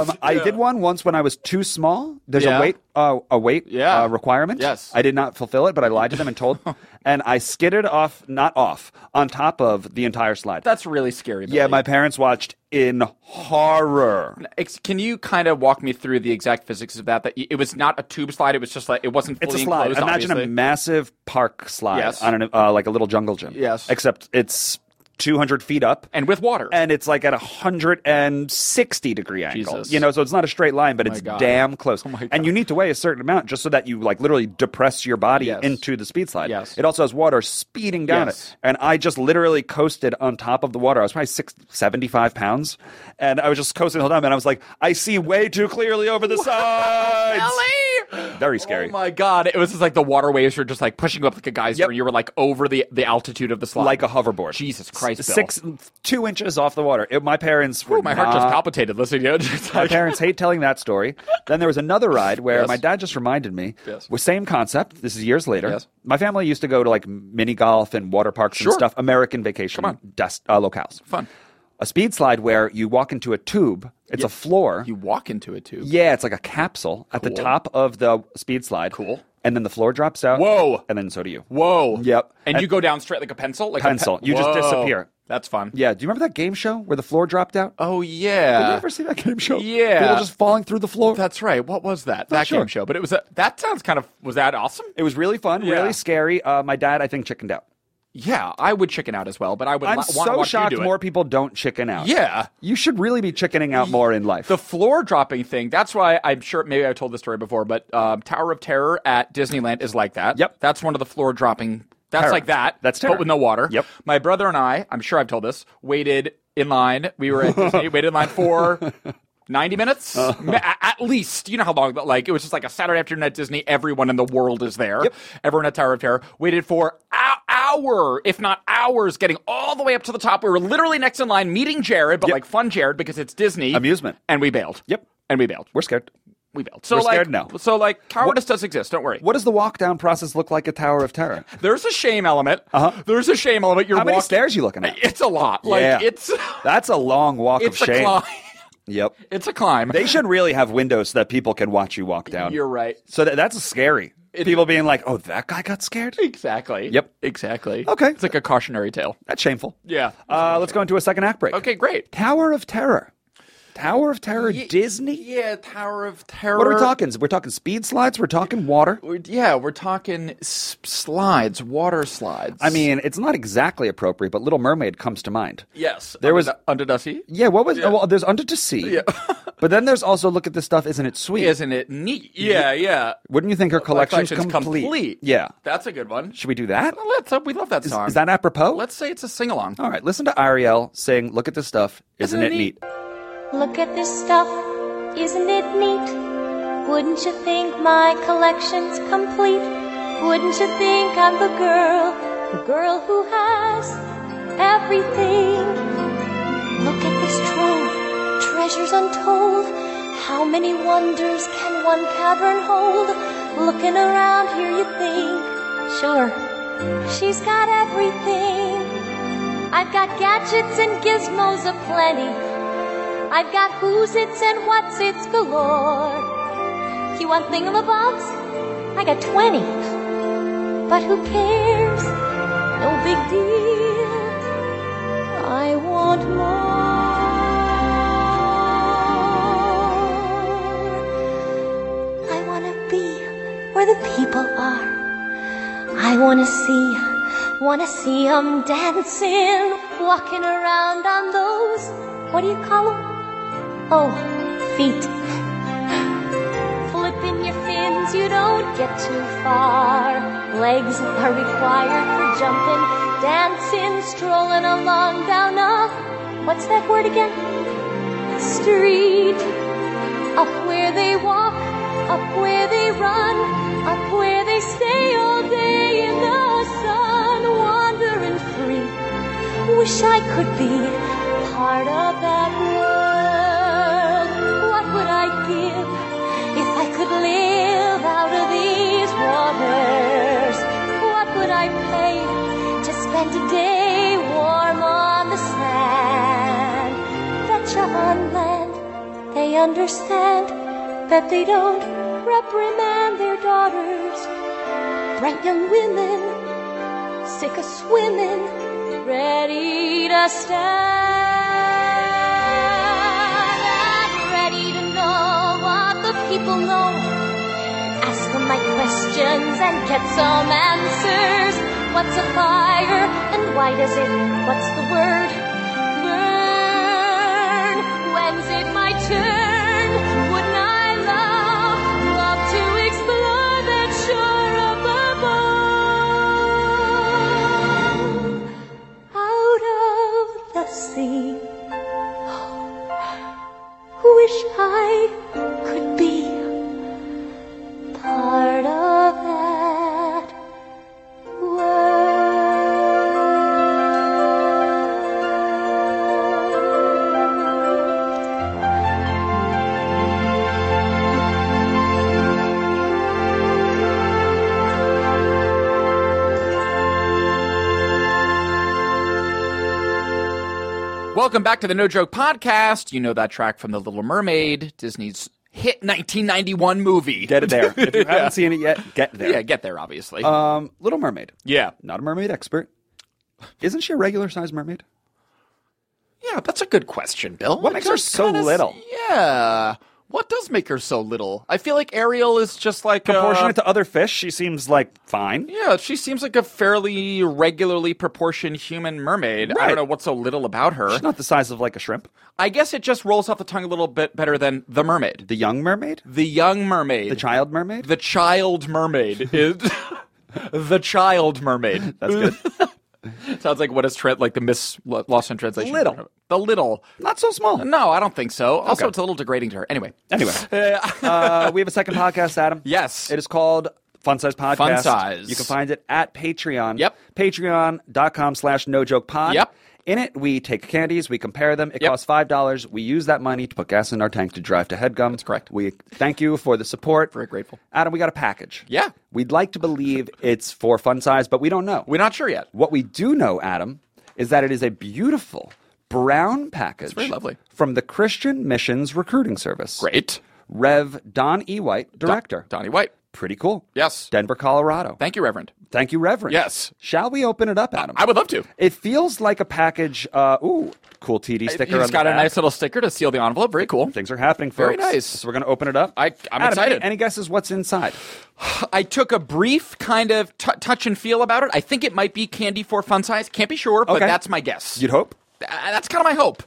S3: Um, I did one once when I was too small. There's
S2: Yeah.
S3: a weight, uh, a weight
S2: Yeah.
S3: uh, requirement.
S2: Yes.
S3: I did not fulfill it, but I lied to them and told, and I skidded off, not off, on top of the entire slide.
S2: That's really scary.
S3: yeah,
S2: Billy.
S3: my parents watched in horror.
S2: Ex- Can you kind of walk me through the exact physics of that? That y- it was not a tube slide. It was just like it wasn't. Fully
S3: It's a slide.
S2: Enclosed,
S3: Imagine a
S2: obviously.
S3: massive park slide
S2: Yes.
S3: on an, uh, like a little jungle gym.
S2: Yes.
S3: Except it's 200 feet up.
S2: and with water.
S3: and it's like at a 160 degree angle.
S2: Jesus. Oh
S3: You know, so it's not a straight line, but it's
S2: God.
S3: damn close.
S2: my God.
S3: and you need to weigh a certain amount just so that you like literally depress your body
S2: Yes.
S3: into the speed slide.
S2: Yes.
S3: It also has water speeding down
S2: Yes.
S3: it. And I just literally coasted on top of the water. I was probably six, 75 pounds. And I was just coasting the whole time. And I was like, I see way too clearly over the sides.
S2: Ellie!
S3: Very scary.
S2: Oh my god! It was just like the water waves were just like pushing you up like a geyser.
S3: Yep.
S2: You were like over the the altitude of the slide,
S3: Like a hoverboard.
S2: Jesus Christ, Bill.
S3: Six, two inches off the water. It, my parents were
S2: Ooh, my heart just
S3: not-
S2: palpitated listening to it. It's
S3: my
S2: like-
S3: parents hate telling that story. Then there was another ride where
S2: Yes.
S3: my dad just reminded me.
S2: Yes.
S3: With same concept. This is years later.
S2: Yes.
S3: My family used to go to like mini golf and water parks
S2: Sure.
S3: and stuff. American vacation
S2: Come on.
S3: Des- uh, locales.
S2: Fun.
S3: A speed slide where you walk into a tube. It's a floor.
S2: you walk into it too.
S3: yeah, it's like a capsule at the
S2: Cool.
S3: top of the speed slide.
S2: Cool.
S3: and then the floor drops out.
S2: Whoa.
S3: And then so do you.
S2: Whoa.
S3: Yep.
S2: And,
S3: And-
S2: you go down straight like a pencil? Like a
S3: Pencil. You just
S2: Whoa.
S3: disappear.
S2: That's fun.
S3: Yeah. Do you remember that game show where the floor dropped out?
S2: Oh,
S3: Did you
S2: yeah.
S3: ever see that game show?
S2: Yeah.
S3: People just falling through the floor.
S2: That's right. What was that? that
S3: sure.
S2: game show. But it was a, that sounds kind of, was that awesome?
S3: it was really fun,
S2: Yeah.
S3: really scary. Uh, my dad, I think, chickened out.
S2: Yeah. I would chicken out as well, but I would
S3: I'm
S2: want to
S3: so
S2: watch
S3: shocked
S2: you do it.
S3: more people don't chicken out.
S2: Yeah.
S3: You should really be chickening out more in life.
S2: The floor dropping thing, that's why I'm sure maybe I've told this story before, but um, Tower of Terror at Disneyland is like that.
S3: Yep.
S2: That's one of the floor dropping. That's
S3: Terror.
S2: like that.
S3: That's terror.
S2: But with no water.
S3: Yep.
S2: My brother and I, I'm sure I've told this, waited in line. We were at Disney, waited in line for 90 minutes
S3: Uh-huh.
S2: Ma- a- at least. You know how long, but like it was just like a Saturday afternoon at Disney. Everyone in the world is there. Everyone at Tower of Terror waited for an hour, if not hours, getting all the way up to the top. We were literally next in line meeting Jared, but
S3: Yep.
S2: like fun Jared because it's Disney
S3: Amusement.
S2: and we bailed.
S3: Yep.
S2: and we bailed.
S3: We're scared.
S2: we bailed. So
S3: we're
S2: like,
S3: scared now.
S2: so like, cowardice does exist. Don't worry.
S3: What does the walk down process look like at Tower of Terror?
S2: There's a shame element.
S3: Uh-huh.
S2: There's a shame element. You're
S3: How many
S2: walking-
S3: stairs you looking at?
S2: It's a lot. Like
S3: Yeah.
S2: it's
S3: That's a long walk
S2: it's
S3: of
S2: a
S3: shame.
S2: climb.
S3: Yep.
S2: It's a climb.
S3: They should really have windows so that people can watch you walk down.
S2: You're right.
S3: So that, that's scary.
S2: It-
S3: people being like, "Oh, that guy got scared."
S2: Exactly.
S3: Yep.
S2: Exactly.
S3: Okay.
S2: It's like a cautionary tale.
S3: That's shameful.
S2: Yeah.
S3: Uh, let's go into a second act break.
S2: Okay, great.
S3: Tower of Terror. Tower of Terror. Disney.
S2: Yeah, Tower of Terror.
S3: What are we talking? We're talking speed slides. We're talking water.
S2: We're- yeah, we're talking s- slides, water slides.
S3: I mean, it's not exactly appropriate, but Little Mermaid comes to mind.
S2: yes.
S3: There was-
S2: Under the Sea.
S3: Yeah, what was? oh, well, there's Under to Sea.
S2: Yeah.
S3: but then there's also Look at this stuff. Isn't it sweet?
S2: Isn't it neat? Yeah, yeah.
S3: Wouldn't you think her collection's,
S2: Collection's
S3: complete? Yeah.
S2: That's a good one.
S3: Should we do that?
S2: Well, Let's. Uh, we love that song.
S3: Is that Oh. apropos?
S2: Let's say it's a sing along.
S3: All right. Listen to Ariel saying, "Look at this stuff. Isn't, it neat?"
S5: Look at this stuff, isn't it neat? Wouldn't you think my collection's complete? Wouldn't you think I'm the girl, the girl who has everything? Look at this trove, treasures untold. How many wonders can one cavern hold? Looking around here, you think, sure, she's got everything. I've got gadgets and gizmos aplenty. I've got who's its and what's its galore. You want thingamabobs? I got 20. But who cares? No big deal. I want more. I want to be where the people are. I want to see, want to see 'em dancing, walking around on those, what do you call 'em? Oh, feet. Flipping your fins, you don't get too far. Legs are required for jumping, dancing, strolling along down a, what's that word again? Street. Up where they walk, up where they run, up where they stay all day in the sun, wandering free. Wish I could be part of that world. What would I give if I could live out of these waters? What would I pay to spend a day warm on the sand? Betcha on land they understand that they don't reprimand their daughters. Bright young women sick of swimming, ready to stand, and ready to know what the people know. Ask them my questions and get some answers. What's a fire and why does it? What's the word? Burn. When's it my turn? Wouldn't I love, love to explore that shore up above? out of the sea. Wish I could be part of that world.
S2: Welcome back to the No Joke Podcast. You know that track from The Little Mermaid, Disney's hit 1991 movie.
S3: Get it there. If you haven't seen it yet, get there.
S2: Yeah, get there, obviously.
S3: Um, Little Mermaid.
S2: yeah.
S3: Not a mermaid expert. Isn't she a regular sized mermaid?
S2: Yeah, that's a good question, Bill.
S3: What makes her
S2: Just
S3: so
S2: kinda s-
S3: little?
S2: Yeah. What does make her so little? I feel like Ariel is just like uh,
S3: Proportionate to other fish, she seems like fine.
S2: Yeah, she seems like a fairly regularly proportioned human mermaid. I
S3: Right.
S2: don't know what's so little about her.
S3: She's not the size of like a shrimp.
S2: I guess it just rolls off the tongue a little bit better than the mermaid.
S3: The young mermaid?
S2: The young mermaid.
S3: The child mermaid?
S2: The child mermaid is the child mermaid.
S3: That's good.
S2: Sounds like what is tra- like the miss lo- lost in translation.
S3: Little.
S2: The little.
S3: not so small.
S2: No, I don't think so. Also,
S3: Okay.
S2: it's a little degrading to her. Anyway.
S3: Anyway, uh, we have a second podcast, Adam.
S2: Yes.
S3: It is called Fun Size Podcast.
S2: Fun Size.
S3: You can find it at Patreon.
S2: Yep.
S3: Patreon.com slash no joke pod.
S2: Yep.
S3: In it, we take candies, we compare them. It
S2: Yep.
S3: costs $5. We use that money to put gas in our tank to drive to Headgum. That's
S2: correct.
S3: We thank you for the support.
S2: Very grateful.
S3: Adam, we got a package.
S2: Yeah.
S3: We'd like to believe it's for Fun Size, but we don't know.
S2: We're not sure yet.
S3: What we do know, Adam, is that it is a beautiful brown package.
S2: very lovely.
S3: From the Christian Missions Recruiting Service.
S2: Great.
S3: Rev Don E. White,
S2: Don-
S3: director.
S2: Donnie White.
S3: Pretty cool.
S2: Yes.
S3: Denver, Colorado.
S2: Thank you, Reverend.
S3: Thank you, Reverend.
S2: Yes.
S3: Shall we open it up, Adam?
S2: I would love to.
S3: It feels like a package. Uh, ooh, cool TD sticker.
S2: He's
S3: on
S2: got
S3: the
S2: a
S3: back.
S2: nice little sticker to seal the envelope. Very cool.
S3: Things are happening,
S2: Very
S3: folks.
S2: nice.
S3: So we're going to open it up.
S2: I- I'm
S3: Adam,
S2: excited.
S3: Any, any guesses what's inside?
S2: I took a brief kind of t- touch and feel about it. I think it might be candy for fun size. Can't be sure, but
S3: Okay.
S2: that's my guess.
S3: You'd hope.
S2: Th- that's kind of my hope.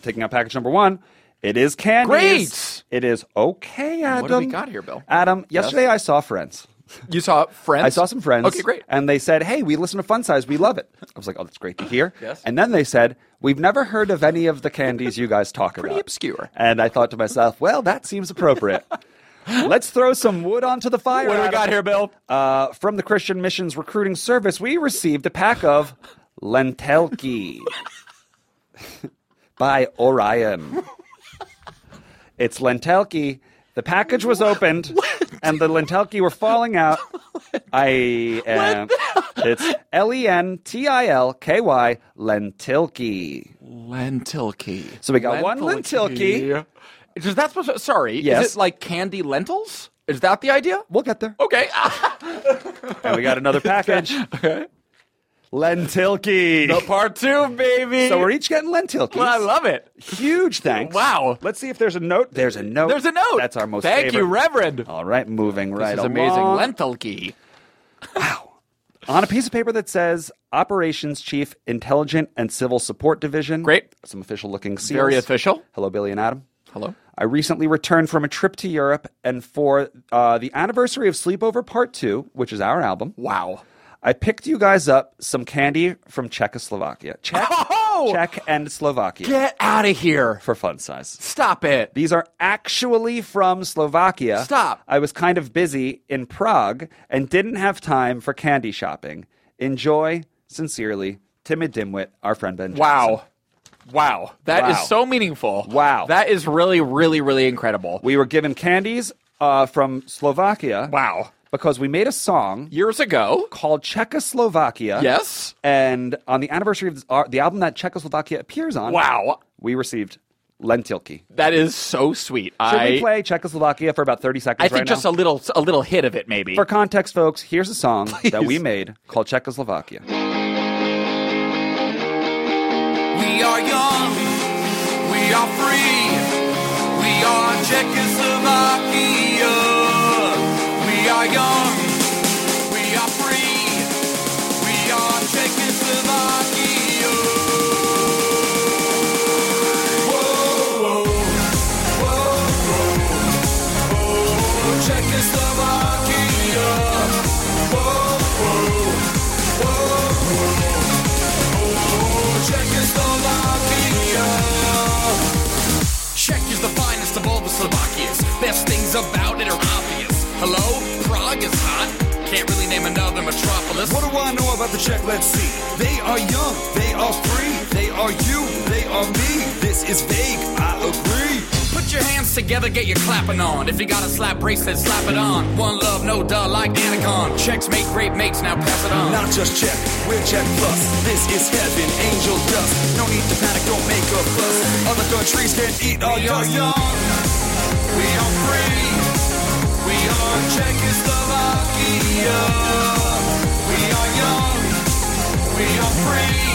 S3: Taking out package number one. It is candies. It is okay, Adam.
S2: What do we got here, Bill?
S3: Adam, yesterday I saw Friends.
S2: You saw friends.
S3: I saw some friends.
S2: Okay, great.
S3: And they said, "Hey, we listen to Fun Size. We love it." I was like, "Oh, that's great to hear."
S2: Yes.
S3: And then they said, "We've never heard of any of the candies you guys talk about."
S2: Pretty obscure.
S3: And I thought to myself, "Well, that seems appropriate." Let's throw some wood onto the fire.
S2: What do we
S3: Adam.
S2: got here, Bill?
S3: Uh, from the Christian Missions Recruiting Service, we received a pack of lentilki by Orion. It's lentilki. The package was opened, and the lentilki were falling out. I am. It's L E N T I L K Y lentilki.
S2: Lentil key.
S3: So we got one lentil key.
S2: Is that supposed? To, sorry.
S3: Yes.
S2: Is it like candy lentils? Is that the idea?
S3: We'll get there.
S2: Okay.
S3: And we got another package. Lentilki.
S2: Part two, baby.
S3: So we're each getting lentilki.
S2: Well, I love it.
S3: Huge thanks.
S2: Wow.
S3: Let's see if there's a note. There's a note.
S2: There's a note.
S3: That's our most
S2: Thank
S3: favorite.
S2: you, Reverend.
S3: All right, moving right
S2: this is amazing.
S3: along.
S2: Lentil key.
S3: On a piece of paper that says Operations Chief, Intelligent and Civil Support Division.
S2: Great.
S3: Some official looking seals.
S2: Very official.
S3: Hello, Billy and Adam.
S2: Hello.
S3: I recently returned from a trip to Europe, and for uh, the anniversary of Sleepover Part 2, which is our album,
S2: Wow.
S3: I picked you guys up some candy from Czechoslovakia. Czech,
S2: Oh!
S3: Czech and Slovakia
S2: Get out of here.
S3: for fun size.
S2: Stop it.
S3: These are actually from Slovakia.
S2: Stop.
S3: I was kind of busy in Prague and didn't have time for candy shopping. Enjoy, sincerely, Timid Dimwit, our friend Ben. Johnson.
S2: Wow. Wow. that is
S3: Wow.
S2: so meaningful.
S3: Wow.
S2: That is really, really, really incredible.
S3: We were given candies uh, from Slovakia.
S2: Wow.
S3: Because we made a song
S2: Years ago.
S3: called Czechoslovakia.
S2: Yes.
S3: And on the anniversary of this, uh, the album that Czechoslovakia appears on,
S2: Wow.
S3: we received lentilki.
S2: That is so sweet.
S3: Should
S2: I
S3: we play Czechoslovakia for about 30 seconds
S2: I think
S3: right
S2: just
S3: now?
S2: a little a little hit of it maybe.
S3: For context, folks, here's a song that we
S2: Please.
S3: made called Czechoslovakia.
S4: We are young, we are free, we are Czechoslovakia. We are young, we are free, we are Czechoslovakia. Whoa, whoa, whoa, whoa, whoa, Czechoslovakia. Whoa, whoa, whoa. Czechoslovakia. Czech is the finest of all the Slovakias. Best things about it are obvious. Hello, Prague is hot. Can't really name another metropolis. What do I know about the Czech? Let's see. They are young, they are free, they are you, they are me. This is vague, I agree.
S6: Put your hands together, get your clapping on. If you got a slap bracelet, slap it on. One love, no duh, like Anacon. Checks make great mates, now pass it on.
S4: Not just Czech, we're Czech plus. This is heaven, angel dust. No need to panic, don't make a fuss. Other countries can eat all your young. We are free. young. We are young. We are free.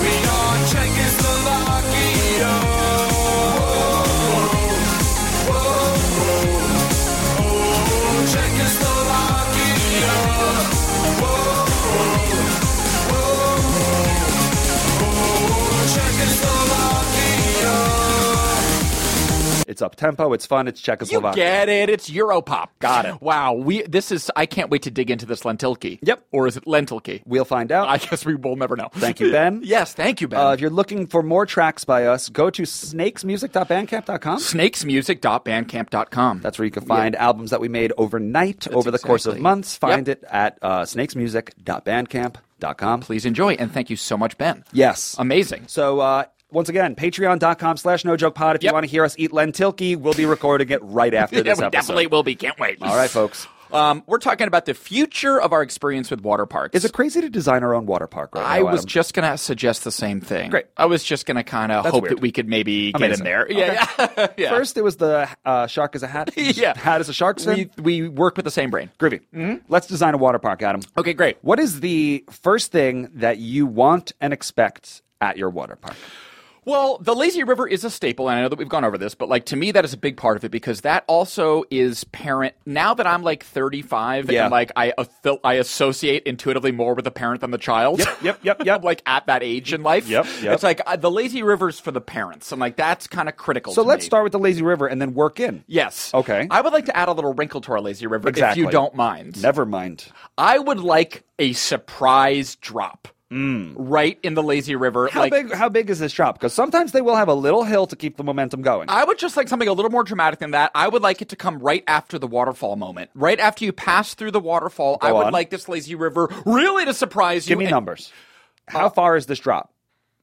S4: We are Czechoslovakia. Whoa, whoa, oh, Czechoslovakia. Whoa, whoa, oh, Czechoslovakia.
S3: It's up tempo. It's fun. It's
S2: You
S3: Czechoslovakia.
S2: get it. It's Europop.
S3: Got it.
S2: Wow. We this is I can't wait to dig into this lentilki.
S3: Yep.
S2: Or is it lentilki?
S3: We'll find out.
S2: I guess we will never know.
S3: Thank you, Ben.
S2: yes, thank you, Ben.
S3: Uh, if you're looking for more tracks by us, go to snakesmusic.bandcamp.com.
S2: snakesmusic.bandcamp.com.
S3: That's where you can find albums that we made overnight over the course of
S2: exactly-
S3: months. Find
S2: Yep.
S3: it at uh, snakesmusic.bandcamp.com.
S2: Please enjoy and thank you so much, Ben.
S3: Yes.
S2: Amazing.
S3: So uh, once again, patreon.com slash no joke pod. If you
S2: Yep.
S3: want to hear us eat lentilki, we'll be recording it right after
S2: Yeah,
S3: this
S2: we
S3: episode.
S2: definitely will be. Can't wait.
S3: All right, folks.
S2: Um, we're talking about the future of our experience with water parks.
S3: Is it crazy to design our own water park right
S2: I
S3: now,
S2: was
S3: Adam?
S2: just gonna suggest the same thing.
S3: Great.
S2: I was just gonna kind of hope
S3: weird.
S2: that we could maybe get
S3: Amazing.
S2: in there. Yeah, yeah. yeah.
S3: First, it was the uh, shark is a hat.
S2: yeah.
S3: Hat is a shark.
S2: We
S3: fin.
S2: we work with the same brain.
S3: Groovy. Let's design a water park, Adam.
S2: Okay, great.
S3: What is the first thing that you want and expect at your water park?
S2: Well, the lazy river is a staple, and I know that we've gone over this, but like to me, that is a big part of it because that also is parent. Now that I'm like 35,
S3: Yeah.
S2: and like I affi- I associate intuitively more with the parent than the child.
S3: Yep, yep, yep, yep.
S2: I'm, like at that age in life.
S3: Yep, yep.
S2: It's like uh, the lazy river's for the parents, and like that's kind of critical.
S3: So
S2: to
S3: let's
S2: me.
S3: start with the lazy river and then work in.
S2: Yes.
S3: Okay.
S2: I would like to add a little wrinkle to our lazy river,
S3: Exactly.
S2: if you don't mind.
S3: Never mind.
S2: I would like a surprise drop right in the lazy river.
S3: Mm. How
S2: like,
S3: big? How big is this drop? Because sometimes they will have a little hill to keep the momentum going.
S2: I would just like something a little more dramatic than that. I would like it to come right after the waterfall moment. Right after you pass through the waterfall, I would
S3: on.
S2: like this lazy river really to surprise you.
S3: Give me
S2: and-
S3: numbers. How far is this drop?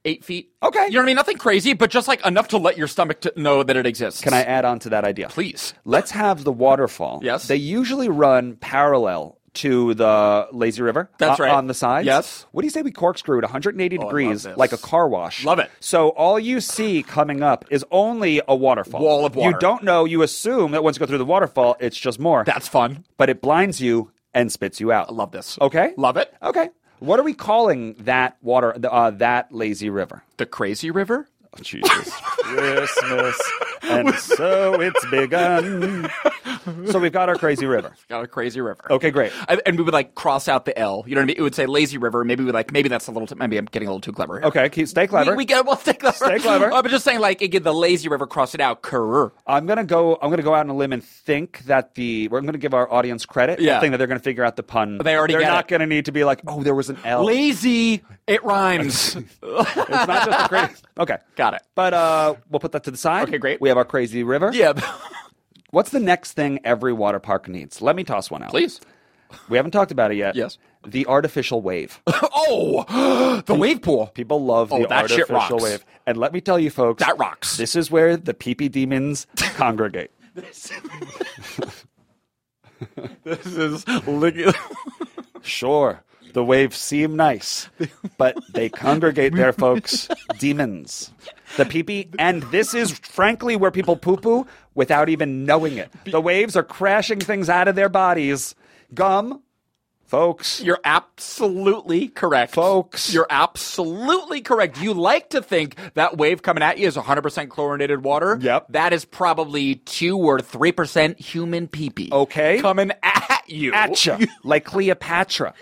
S2: Eight feet.
S3: Okay.
S2: You know what I mean? Nothing crazy, but just like enough to let your stomach to know that it exists.
S3: Can I add on to that idea?
S2: Please.
S3: Let's have the waterfall.
S2: Yes.
S3: They usually run parallel to the lazy river.
S2: That's
S3: o-
S2: right.
S3: On the sides.
S2: Yes. Oh,
S3: What do you say we corkscrew it 180 degrees
S2: this.
S3: like a car wash?
S2: Love it.
S3: So all you see coming up is only a waterfall.
S2: Wall of
S3: You
S2: water.
S3: don't know. You assume that once you go through the waterfall, it's just more.
S2: That's fun.
S3: but it blinds you and spits you out.
S2: I love this.
S3: Okay.
S2: Love it.
S3: Okay. What are we calling that water? the, Uh, that lazy river.
S2: The crazy river?
S3: Jesus. Christmas. And so it's begun. So we've got our crazy river.
S2: Got a crazy river.
S3: Okay, great.
S2: I, and we would like cross out the L. You know what I mean? It would say lazy river. Maybe we like maybe that's a little. T- maybe I'm getting a little too clever. here.
S3: Okay, keep, stay clever.
S2: We, we get well, stay clever.
S3: Stay clever.
S2: I'm just saying, like, again, the lazy river, cross it out, career.
S3: I'm gonna go. I'm gonna go out on a limb and think that the we're gonna give our audience credit.
S2: Yeah.
S3: I think that they're gonna figure out the pun.
S2: They already
S3: They're
S2: get
S3: not
S2: it.
S3: gonna need to be like, oh, there was an L.
S2: Lazy. It rhymes.
S3: It's not just a crazy. Okay,
S2: Got it.
S3: But uh, we'll put that to the side.
S2: Okay, great.
S3: We have our crazy river.
S2: yeah.
S3: What's the next thing every water park needs? Let me toss one out.
S2: Please.
S3: We haven't talked about it yet.
S2: Yes.
S3: The artificial wave.
S2: Oh, the wave pool.
S3: People love
S2: Oh,
S3: the
S2: that shit
S3: artificial
S2: rocks.
S3: wave. And let me tell you, folks,
S2: That rocks.
S3: This is where the pee pee demons congregate.
S2: This is. lick-
S3: Sure, the waves seem nice, but they congregate there, folks. Demons. The pee pee. And this is, frankly, where people poo poo without even knowing it. The waves are crashing things out of their bodies. Gum, folks.
S2: You're absolutely correct.
S3: Folks.
S2: You're absolutely correct. You like to think that wave coming at you is 100% chlorinated water.
S3: Yep.
S2: That is probably 2 or 3% human pee pee.
S3: Okay.
S2: Coming at you.
S3: Atcha, like Cleopatra.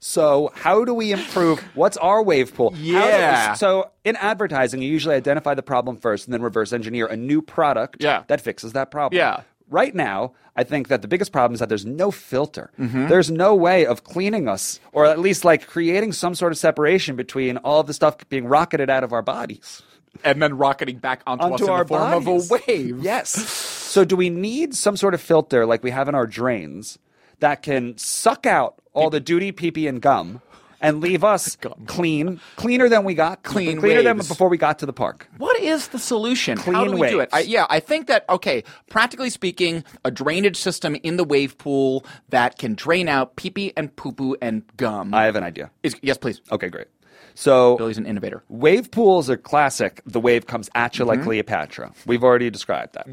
S3: So, how do we improve? What's our wave pool? How do-
S2: Yeah.
S3: so, in advertising, you usually identify the problem first and then reverse engineer a new product
S2: Yeah.
S3: that fixes that problem.
S2: Yeah.
S3: Right now, I think that the biggest problem is that there's no filter.
S2: Mm-hmm.
S3: There's no way of cleaning us, or at least like creating some sort of separation between all of the stuff being rocketed out of our bodies
S2: And then rocketing back onto, us
S3: onto
S2: in
S3: our
S2: the form of
S3: bodies.
S2: a wave.
S3: Yes. So do we need some sort of filter like we have in our drains that can suck out all the duty, pee pee, and gum and leave us clean, cleaner than we got,
S2: Clean
S3: cleaner than
S2: waves.
S3: before we got to the park?
S2: What is the solution? How
S3: Clean
S2: do we do it?
S3: waves.
S2: I, yeah, I think that okay. Practically speaking, a drainage system in the wave pool that can drain out pee pee and poo poo and gum.
S3: I have an idea.
S2: is, yes, please.
S3: Okay, great. So
S2: Billy's an innovator.
S3: Wave pools are
S2: Mm-hmm.
S3: classic. The wave comes at you like Cleopatra. We've already described that.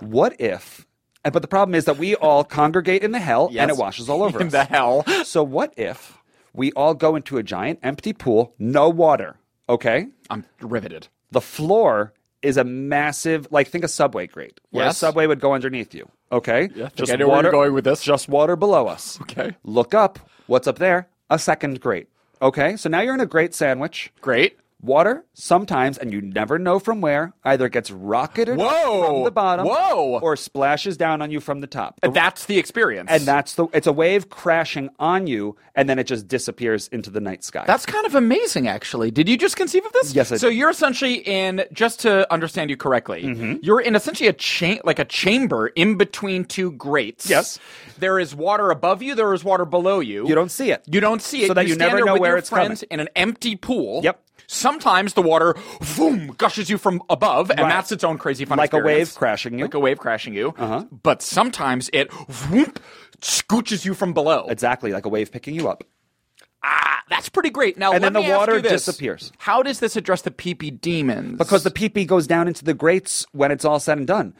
S3: What if And, but the problem is that we all congregate in the hell and it
S2: Yes.
S3: washes all over
S2: in
S3: us.
S2: the hell.
S3: So what if we all go into a giant empty pool, no water? Okay.
S2: I'm riveted.
S3: The floor is a massive, like think a subway grate, where a
S2: Yes.
S3: subway would go underneath you. Okay.
S2: I think I know where you're going with this.
S3: Just water below us.
S2: Okay.
S3: Look up. What's up there? A second grate. Okay. So now you're in a great sandwich.
S2: Great.
S3: Water sometimes, and you never know from where, either gets rocketed up
S2: Whoa.
S3: from the bottom,
S2: Whoa.
S3: or splashes down on you from the top.
S2: That's the experience.
S3: and that's the it's a wave crashing on you, and then it just disappears into the night sky.
S2: That's kind of amazing, actually. Did you just conceive of this?
S3: Yes, I
S2: so
S3: did. Mm-hmm.
S2: you're essentially in, just to understand you correctly, you're in essentially a cha- like a chamber in between two grates.
S3: Yes.
S2: There is water above you. There is water below you.
S3: You don't see it.
S2: You don't see it.
S3: So that you
S2: stand
S3: never
S2: there
S3: know
S2: with
S3: where
S2: your
S3: it's
S2: friends in
S3: coming.
S2: an empty pool.
S3: Yep.
S2: Sometimes the water, boom, gushes you from above, and
S3: Right.
S2: that's its own crazy fun.
S3: Like a
S2: experience.
S3: wave crashing you.
S2: Like a wave crashing you. Uh-huh. But sometimes it, whoop, scooches you from below.
S3: exactly like a wave picking you up.
S2: Ah, that's pretty great. Now,
S3: And
S2: let
S3: then the
S2: me ask
S3: water
S2: you this.
S3: disappears.
S2: How does this address the PP demons?
S3: because the pee pee goes down into the grates when it's all said and done.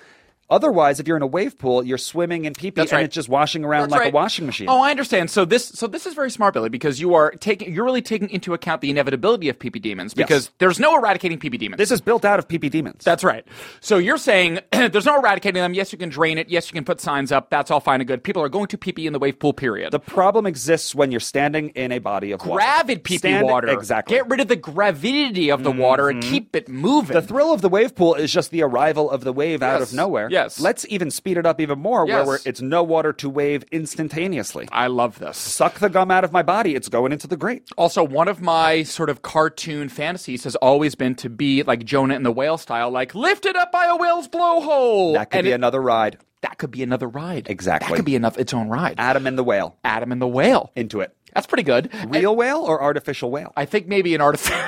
S3: Otherwise, if you're in a wave pool, you're swimming in pee pee and
S2: That's right.
S3: it's just washing around
S2: That's
S3: like
S2: right.
S3: a washing machine.
S2: Oh, I understand. So this, so this is very smart, Billy, because you are taking, you're really taking into account the inevitability of PP demons.
S3: Yes.
S2: Because there's no eradicating PP demons.
S3: this is built out of pee pee demons.
S2: That's right. So you're saying there's no eradicating them. Yes, you can drain it. Yes, you can put signs up. That's all fine and good. People are going to PP in the wave pool. Period.
S3: the problem exists when you're standing in a body of water.
S2: gravid PP
S3: Stand-
S2: water.
S3: Exactly. Mm-hmm.
S2: Get rid of the gravity of the water and keep it moving.
S3: the thrill of the wave pool is just the arrival of the wave out
S2: Yes.
S3: of nowhere.
S2: Yes.
S3: Let's even speed it up even more where
S2: Yes.
S3: we're, it's no water to wave instantaneously.
S2: I love this.
S3: Suck the gum out of my body, it's going into the grate.
S2: Also, one of my sort of cartoon fantasies has always been to be like Jonah and the whale style, like lifted up by a whale's blowhole.
S3: That could
S2: And
S3: be
S2: it-
S3: another ride.
S2: That could be another ride.
S3: Exactly.
S2: That could be enough its own ride.
S3: Adam and the whale
S2: Adam and the whale.
S3: into it.
S2: That's pretty good.
S3: Real whale or artificial whale?
S2: I think maybe an artificial.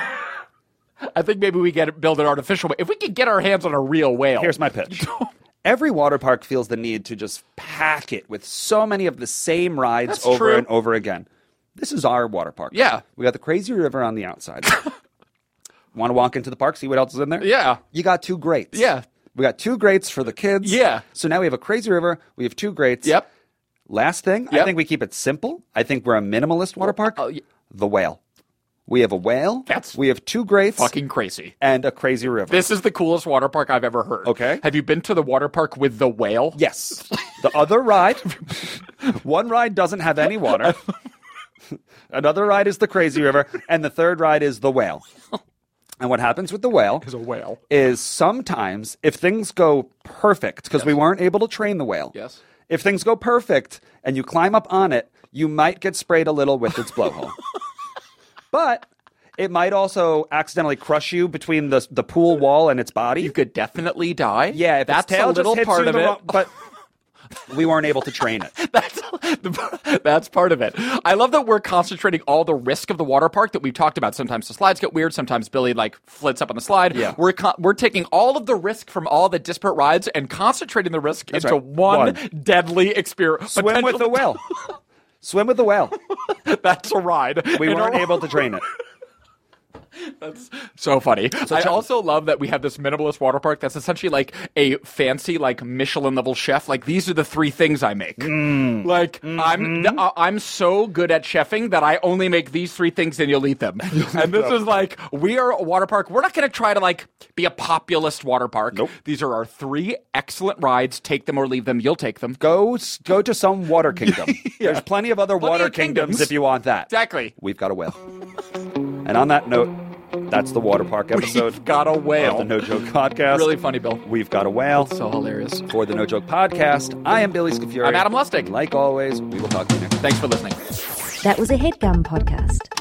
S2: I think maybe we get build an artificial whale. If we could get our hands on a real whale,
S3: Here's my pitch. Every water park feels the need to just pack it with so many of the same rides
S2: That's
S3: over
S2: true.
S3: and over again. This is our water park.
S2: Yeah.
S3: We got the crazy river on the outside. Want to walk into the park, see what else is in there?
S2: Yeah.
S3: You got two grates.
S2: Yeah.
S3: We got two grates for the kids.
S2: Yeah.
S3: So now we have a crazy river. We have two grates.
S2: Yep.
S3: Last thing, I
S2: Yep.
S3: think we keep it simple. I think we're a minimalist water park.
S2: Oh, y-
S3: The whale. We have a whale.
S2: That's
S3: we have two grates
S2: fucking crazy.
S3: and a crazy river.
S2: This is the coolest water park I've ever heard.
S3: Okay.
S2: Have you been to the water park with the whale?
S3: Yes. The other ride, one ride doesn't have any water. Another ride is the crazy river, and the third ride is the whale. And what happens with the whale
S2: Is a whale.
S3: is sometimes if things go perfect, because we weren't able to train the whale.
S2: Yes.
S3: If things go perfect and you climb up on it, you might get sprayed a little with its blowhole. but it might also accidentally crush you between the the pool wall and its body.
S2: You could definitely die.
S3: Yeah, if
S2: that's
S3: its tail
S2: a little
S3: just hits you
S2: part
S3: in
S2: of
S3: the
S2: it.
S3: wrong- but we weren't able to train it.
S2: That's that's part of it. I love that we're concentrating all the risk of the water park that we've talked about. Sometimes the slides get weird. Sometimes Billy like flits up on the slide.
S3: Yeah.
S2: we're con- we're taking all of the risk from all the disparate rides and concentrating the risk
S3: That's
S2: into
S3: right.
S2: one,
S3: One.
S2: deadly experience.
S3: Swim with the whale. Swim with the whale.
S2: that's a ride.
S3: We
S2: In a
S3: weren't
S2: row.
S3: able to train it.
S2: So funny. I
S3: check-
S2: also love that we have this minimalist water park that's essentially like a fancy, like Michelin level chef. Like these are the three things I make. Like I'm th- I- I'm so good at chefing that I only make these three things and you'll eat them. and this is like we are a water park. We're not going to try to like be a populist water park.
S3: Nope.
S2: These are our three excellent rides. Take them or leave them. You'll take them.
S3: Go s- go to some water kingdom. There's plenty of other
S2: Plenty
S3: water
S2: of
S3: kingdoms.
S2: kingdoms.
S3: if you want that.
S2: Exactly.
S3: We've got a whale. And on that note, that's the water park episode
S2: We've got a
S3: of the
S2: whale.
S3: No Joke Podcast.
S2: Really funny, Bill.
S3: We've got a whale.
S2: So hilarious.
S3: For the No Joke Podcast, I am Billy Scafuri.
S2: I'm Adam Lustig.
S3: Like always, we will talk to you next time.
S2: Thanks for listening.
S1: That was a headgum podcast.